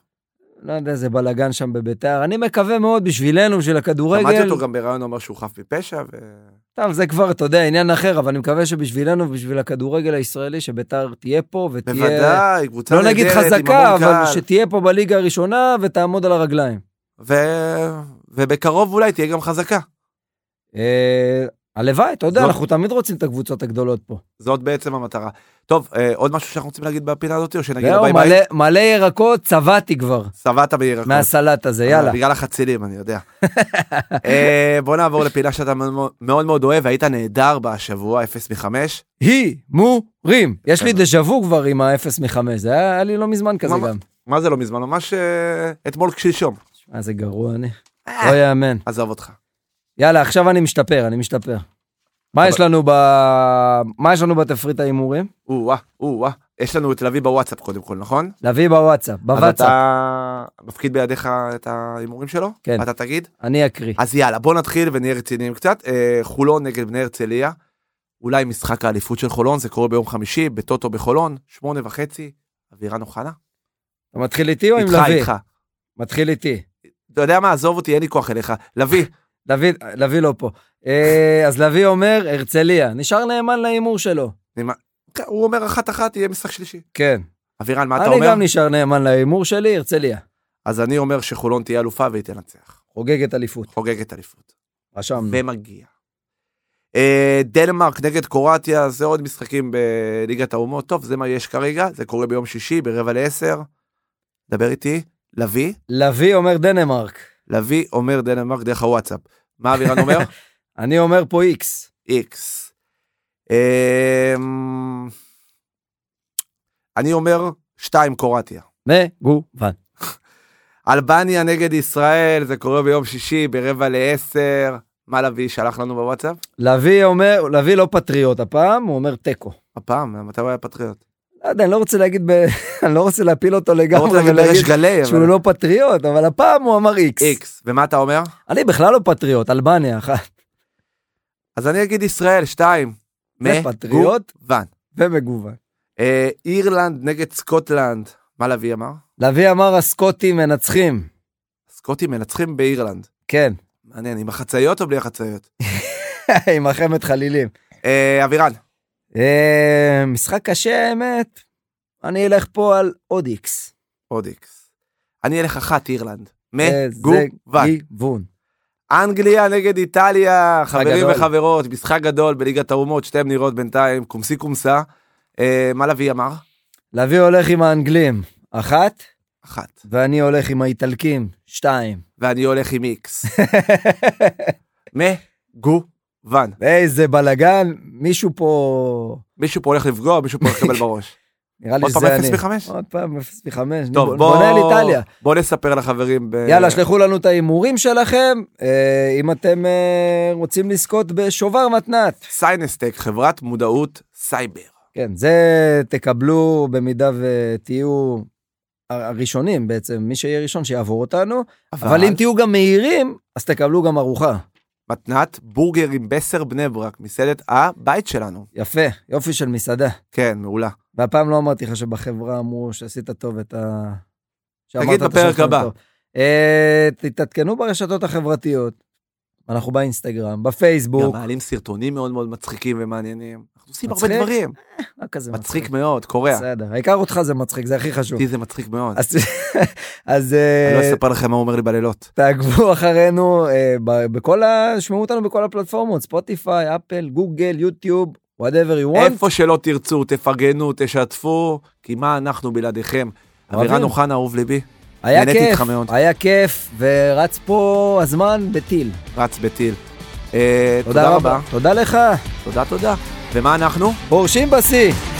[SPEAKER 2] לא יודע, איזה בלאגן שם בביתר. אני מקווה מאוד בשבילנו, בשביל
[SPEAKER 1] שמעתי
[SPEAKER 2] הכדורגל.
[SPEAKER 1] אותו גם בראיון אומר שהוא חף מפשע, ו-
[SPEAKER 2] טוב, זה כבר, אתה יודע, עניין אחר, אבל אני מקווה שבשבילנו, בשביל הכדורגל הישראלי, שביתר תהיה פה ותהיה...
[SPEAKER 1] בוודאי, קבוצה
[SPEAKER 2] לא נגיד
[SPEAKER 1] נהדרת, עם
[SPEAKER 2] חזקה,
[SPEAKER 1] המון
[SPEAKER 2] אבל
[SPEAKER 1] קהל.
[SPEAKER 2] שתהיה פה בליגה הראשונה ותעמוד על הרגליים.
[SPEAKER 1] ו- ובקרוב אולי תהיה גם חזקה.
[SPEAKER 2] אה, הלוואי, אתה יודע,
[SPEAKER 1] זאת-
[SPEAKER 2] אנחנו תמיד רוצים את הקבוצות הגדולות פה.
[SPEAKER 1] זאת בעצם המטרה. טוב, אה, עוד משהו שאנחנו רוצים להגיד בפינה הזאת, או שנגיד
[SPEAKER 2] זהו,
[SPEAKER 1] ביי ביי? נכון.
[SPEAKER 2] מלא- מלא ירקות, צבעתי כבר
[SPEAKER 1] סבעת בירקות.
[SPEAKER 2] מהסלט הזה, יאללה.
[SPEAKER 1] בגלל החצילים, אני יודע. אה, בוא נעבור לפינה שאתה מאוד- מאוד מאוד אוהב, היית נהדר בשבוע 0 מ-5.
[SPEAKER 2] הימורים. יש לי
[SPEAKER 1] בסדר.
[SPEAKER 2] דז'ה וו כבר עם האפס מחמש, זה היה היה לי לא מזמן כזה
[SPEAKER 1] כן. ממש.
[SPEAKER 2] גם.
[SPEAKER 1] מה זה לא מזמן? ממש אה, אתמול כשלשום.
[SPEAKER 2] אה, זה גרוע אני.
[SPEAKER 1] אה.
[SPEAKER 2] לא יאמן.
[SPEAKER 1] עזוב אותך.
[SPEAKER 2] יאללה, עכשיו אני משתפר, אני משתפר. מה
[SPEAKER 1] אבל-
[SPEAKER 2] יש לנו ב... מה יש לנו בתפריט ההימורים?
[SPEAKER 1] או-אה, או-אה. יש לנו את לביא בוואטסאפ קודם כל, נכון?
[SPEAKER 2] להביא בוואטסאפ,
[SPEAKER 1] אז
[SPEAKER 2] בוואטסאפ.
[SPEAKER 1] אתה מפקיד בידיך את ההימורים שלו?
[SPEAKER 2] כן.
[SPEAKER 1] אתה תגיד?
[SPEAKER 2] אני אקריא.
[SPEAKER 1] אז יאללה, בוא נתחיל ונהיה רציניים קצת. אה, חולון נגד בני הרצליה. אולי משחק האליפות של חולון, זה קורה ביום חמישי, בטוטו בחולון, שמונה וחצי, אבירן אוחנה.
[SPEAKER 2] אתה מתחיל איתי או לא, עם
[SPEAKER 1] איתך,
[SPEAKER 2] לביא?
[SPEAKER 1] איתך.
[SPEAKER 2] מתחיל איתי.
[SPEAKER 1] אתה יודע מה, עזוב אותי, אין לי כוח אליך. לביא,
[SPEAKER 2] לביא- לביא לא פה. אה, אז לביא אומר, הרצליה. נשאר נאמן להימור שלו.
[SPEAKER 1] כן, הוא אומר אחת-אחת, יהיה משחק שלישי.
[SPEAKER 2] כן.
[SPEAKER 1] אבירן, מה אתה
[SPEAKER 2] אני
[SPEAKER 1] אומר?
[SPEAKER 2] גם נשאר נאמן להימור שלי, הרצליה.
[SPEAKER 1] אז אני אומר שחולון תהיה אלופה והיא תנצח.
[SPEAKER 2] חוגגת אליפות.
[SPEAKER 1] חוגגת אליפות.
[SPEAKER 2] רשמנו.
[SPEAKER 1] ומגיע. אה, דנמרק נגד קרואטיה, זה עוד משחקים בליגת האומות. טוב, זה מה יש כרגע, זה קורה ביום שישי ברבע לעשר. דבר איתי, לביא,
[SPEAKER 2] לביא אומר דנמרק.
[SPEAKER 1] לביא אומר דנמרק דרך הוואטסאפ. מה אבירן אומר?
[SPEAKER 2] אני אומר פה איקס.
[SPEAKER 1] איקס. אמ, אני אומר שתיים קרואטיה.
[SPEAKER 2] מגוון.
[SPEAKER 1] אלבניה נגד ישראל, זה קורה ביום שישי ברבע לעשר. מה לביא שלח לנו בוואטסאפ?
[SPEAKER 2] לביא אומר, לביא לא פטריוט הפעם, הוא אומר תיקו.
[SPEAKER 1] הפעם, מתי הוא היה פטריוט?
[SPEAKER 2] לא יודע, אני לא רוצה להגיד, ב... אני לא רוצה להפיל אותו
[SPEAKER 1] לא רוצה
[SPEAKER 2] לגמרי
[SPEAKER 1] להגיד בריש
[SPEAKER 2] ולהגיד
[SPEAKER 1] גלי, אבל...
[SPEAKER 2] שהוא לא פטריוט, אבל הפעם הוא אמר איקס.
[SPEAKER 1] איקס. ומה אתה אומר?
[SPEAKER 2] אני בכלל לא פטריוט, אלבניה אחת.
[SPEAKER 1] אז אני אגיד ישראל, שתיים.
[SPEAKER 2] זה פטריוט?
[SPEAKER 1] מגוון.
[SPEAKER 2] ומגוון.
[SPEAKER 1] אה, אירלנד נגד סקוטלנד. מה לביא אמר?
[SPEAKER 2] לביא אמר הסקוטים מנצחים.
[SPEAKER 1] סקוטים מנצחים באירלנד.
[SPEAKER 2] כן,
[SPEAKER 1] מעניין, עם החצאיות או בלי החצאיות?
[SPEAKER 2] עם החמת חלילים.
[SPEAKER 1] אה, אבירן,
[SPEAKER 2] אה, משחק קשה, האמת. אני אלך פה על עוד איקס.
[SPEAKER 1] עוד איקס. אני אלך אחת אירלנד.
[SPEAKER 2] אה, זה
[SPEAKER 1] מגוון.
[SPEAKER 2] גיוון.
[SPEAKER 1] אנגליה נגד איטליה, חברים
[SPEAKER 2] גדול.
[SPEAKER 1] וחברות, משחק גדול בליגת האומות, שתיהן נראות בינתיים, קומסי קומסה. אה, מה לביא אמר?
[SPEAKER 2] לביא הולך עם האנגלים, אחת,
[SPEAKER 1] אחת.
[SPEAKER 2] ואני הולך עם האיטלקים, שתיים.
[SPEAKER 1] ואני הולך עם איקס. מגוון.
[SPEAKER 2] איזה בלאגן, מישהו פה...
[SPEAKER 1] מישהו פה הולך לפגוע, מישהו פה הולך לקבל בראש.
[SPEAKER 2] נראה לי
[SPEAKER 1] עוד
[SPEAKER 2] זה
[SPEAKER 1] פעם
[SPEAKER 2] אני.
[SPEAKER 1] 0 מ-5?
[SPEAKER 2] עוד פעם 0 מ-5.
[SPEAKER 1] טוב,
[SPEAKER 2] בוא... בונה על איטליה.
[SPEAKER 1] בוא אה. נספר לחברים. ב-
[SPEAKER 2] יאללה, שלחו לנו את ההימורים שלכם, אה, אם אתם אה, רוצים לזכות בשובר מתנת.
[SPEAKER 1] סיינסטק, חברת מודעות סייבר.
[SPEAKER 2] כן, זה תקבלו במידה ותהיו הר- הראשונים בעצם, מי שיהיה ראשון שיעבור אותנו, אבל אם תהיו גם מהירים, אז תקבלו גם ארוחה.
[SPEAKER 1] מתנת בורגר עם בסר בני ברק, מסעדת הבית שלנו.
[SPEAKER 2] יפה, יופי של מסעדה.
[SPEAKER 1] כן, מעולה.
[SPEAKER 2] והפעם לא אמרתי לך שבחברה אמרו שעשית טוב את ה... שאמרת
[SPEAKER 1] תגיד
[SPEAKER 2] את
[SPEAKER 1] בפרק
[SPEAKER 2] השם
[SPEAKER 1] הבא.
[SPEAKER 2] טוב. אה, תתעדכנו ברשתות החברתיות. אנחנו באינסטגרם,
[SPEAKER 1] גם
[SPEAKER 2] בפייסבוק.
[SPEAKER 1] מעלים סרטונים מאוד מאוד מצחיקים ומעניינים. אנחנו עושים הרבה
[SPEAKER 2] מצחיק?
[SPEAKER 1] דברים.
[SPEAKER 2] מה כזה
[SPEAKER 1] מצחיק מאוד, קורע.
[SPEAKER 2] בסדר, העיקר אותך זה מצחיק, זה הכי חשוב.
[SPEAKER 1] אותי זה מצחיק מאוד.
[SPEAKER 2] אז- אז אה,
[SPEAKER 1] אני לא אספר לכם מה הוא אומר לי בלילות.
[SPEAKER 2] תעקבו אחרינו, אה, ב- בכל ה... שמעו אותנו בכל הפלטפורמות, ספוטיפיי, אפל, גוגל, יוטיוב, whatever you want.
[SPEAKER 1] איפה שלא תרצו, תפרגנו, תשתפו, כי מה אנחנו בלעדיכם?
[SPEAKER 2] אוהבים.
[SPEAKER 1] אבירן אוחנה, אהוב ליבי,
[SPEAKER 2] היה
[SPEAKER 1] נהניתי
[SPEAKER 2] כיף,
[SPEAKER 1] איתך מאוד.
[SPEAKER 2] היה כיף, ורץ פה הזמן בטיל.
[SPEAKER 1] רץ בטיל. אה,
[SPEAKER 2] תודה רבה. תודה לך,
[SPEAKER 1] תודה, תודה. ומה אנחנו?
[SPEAKER 2] פורשים בשיא.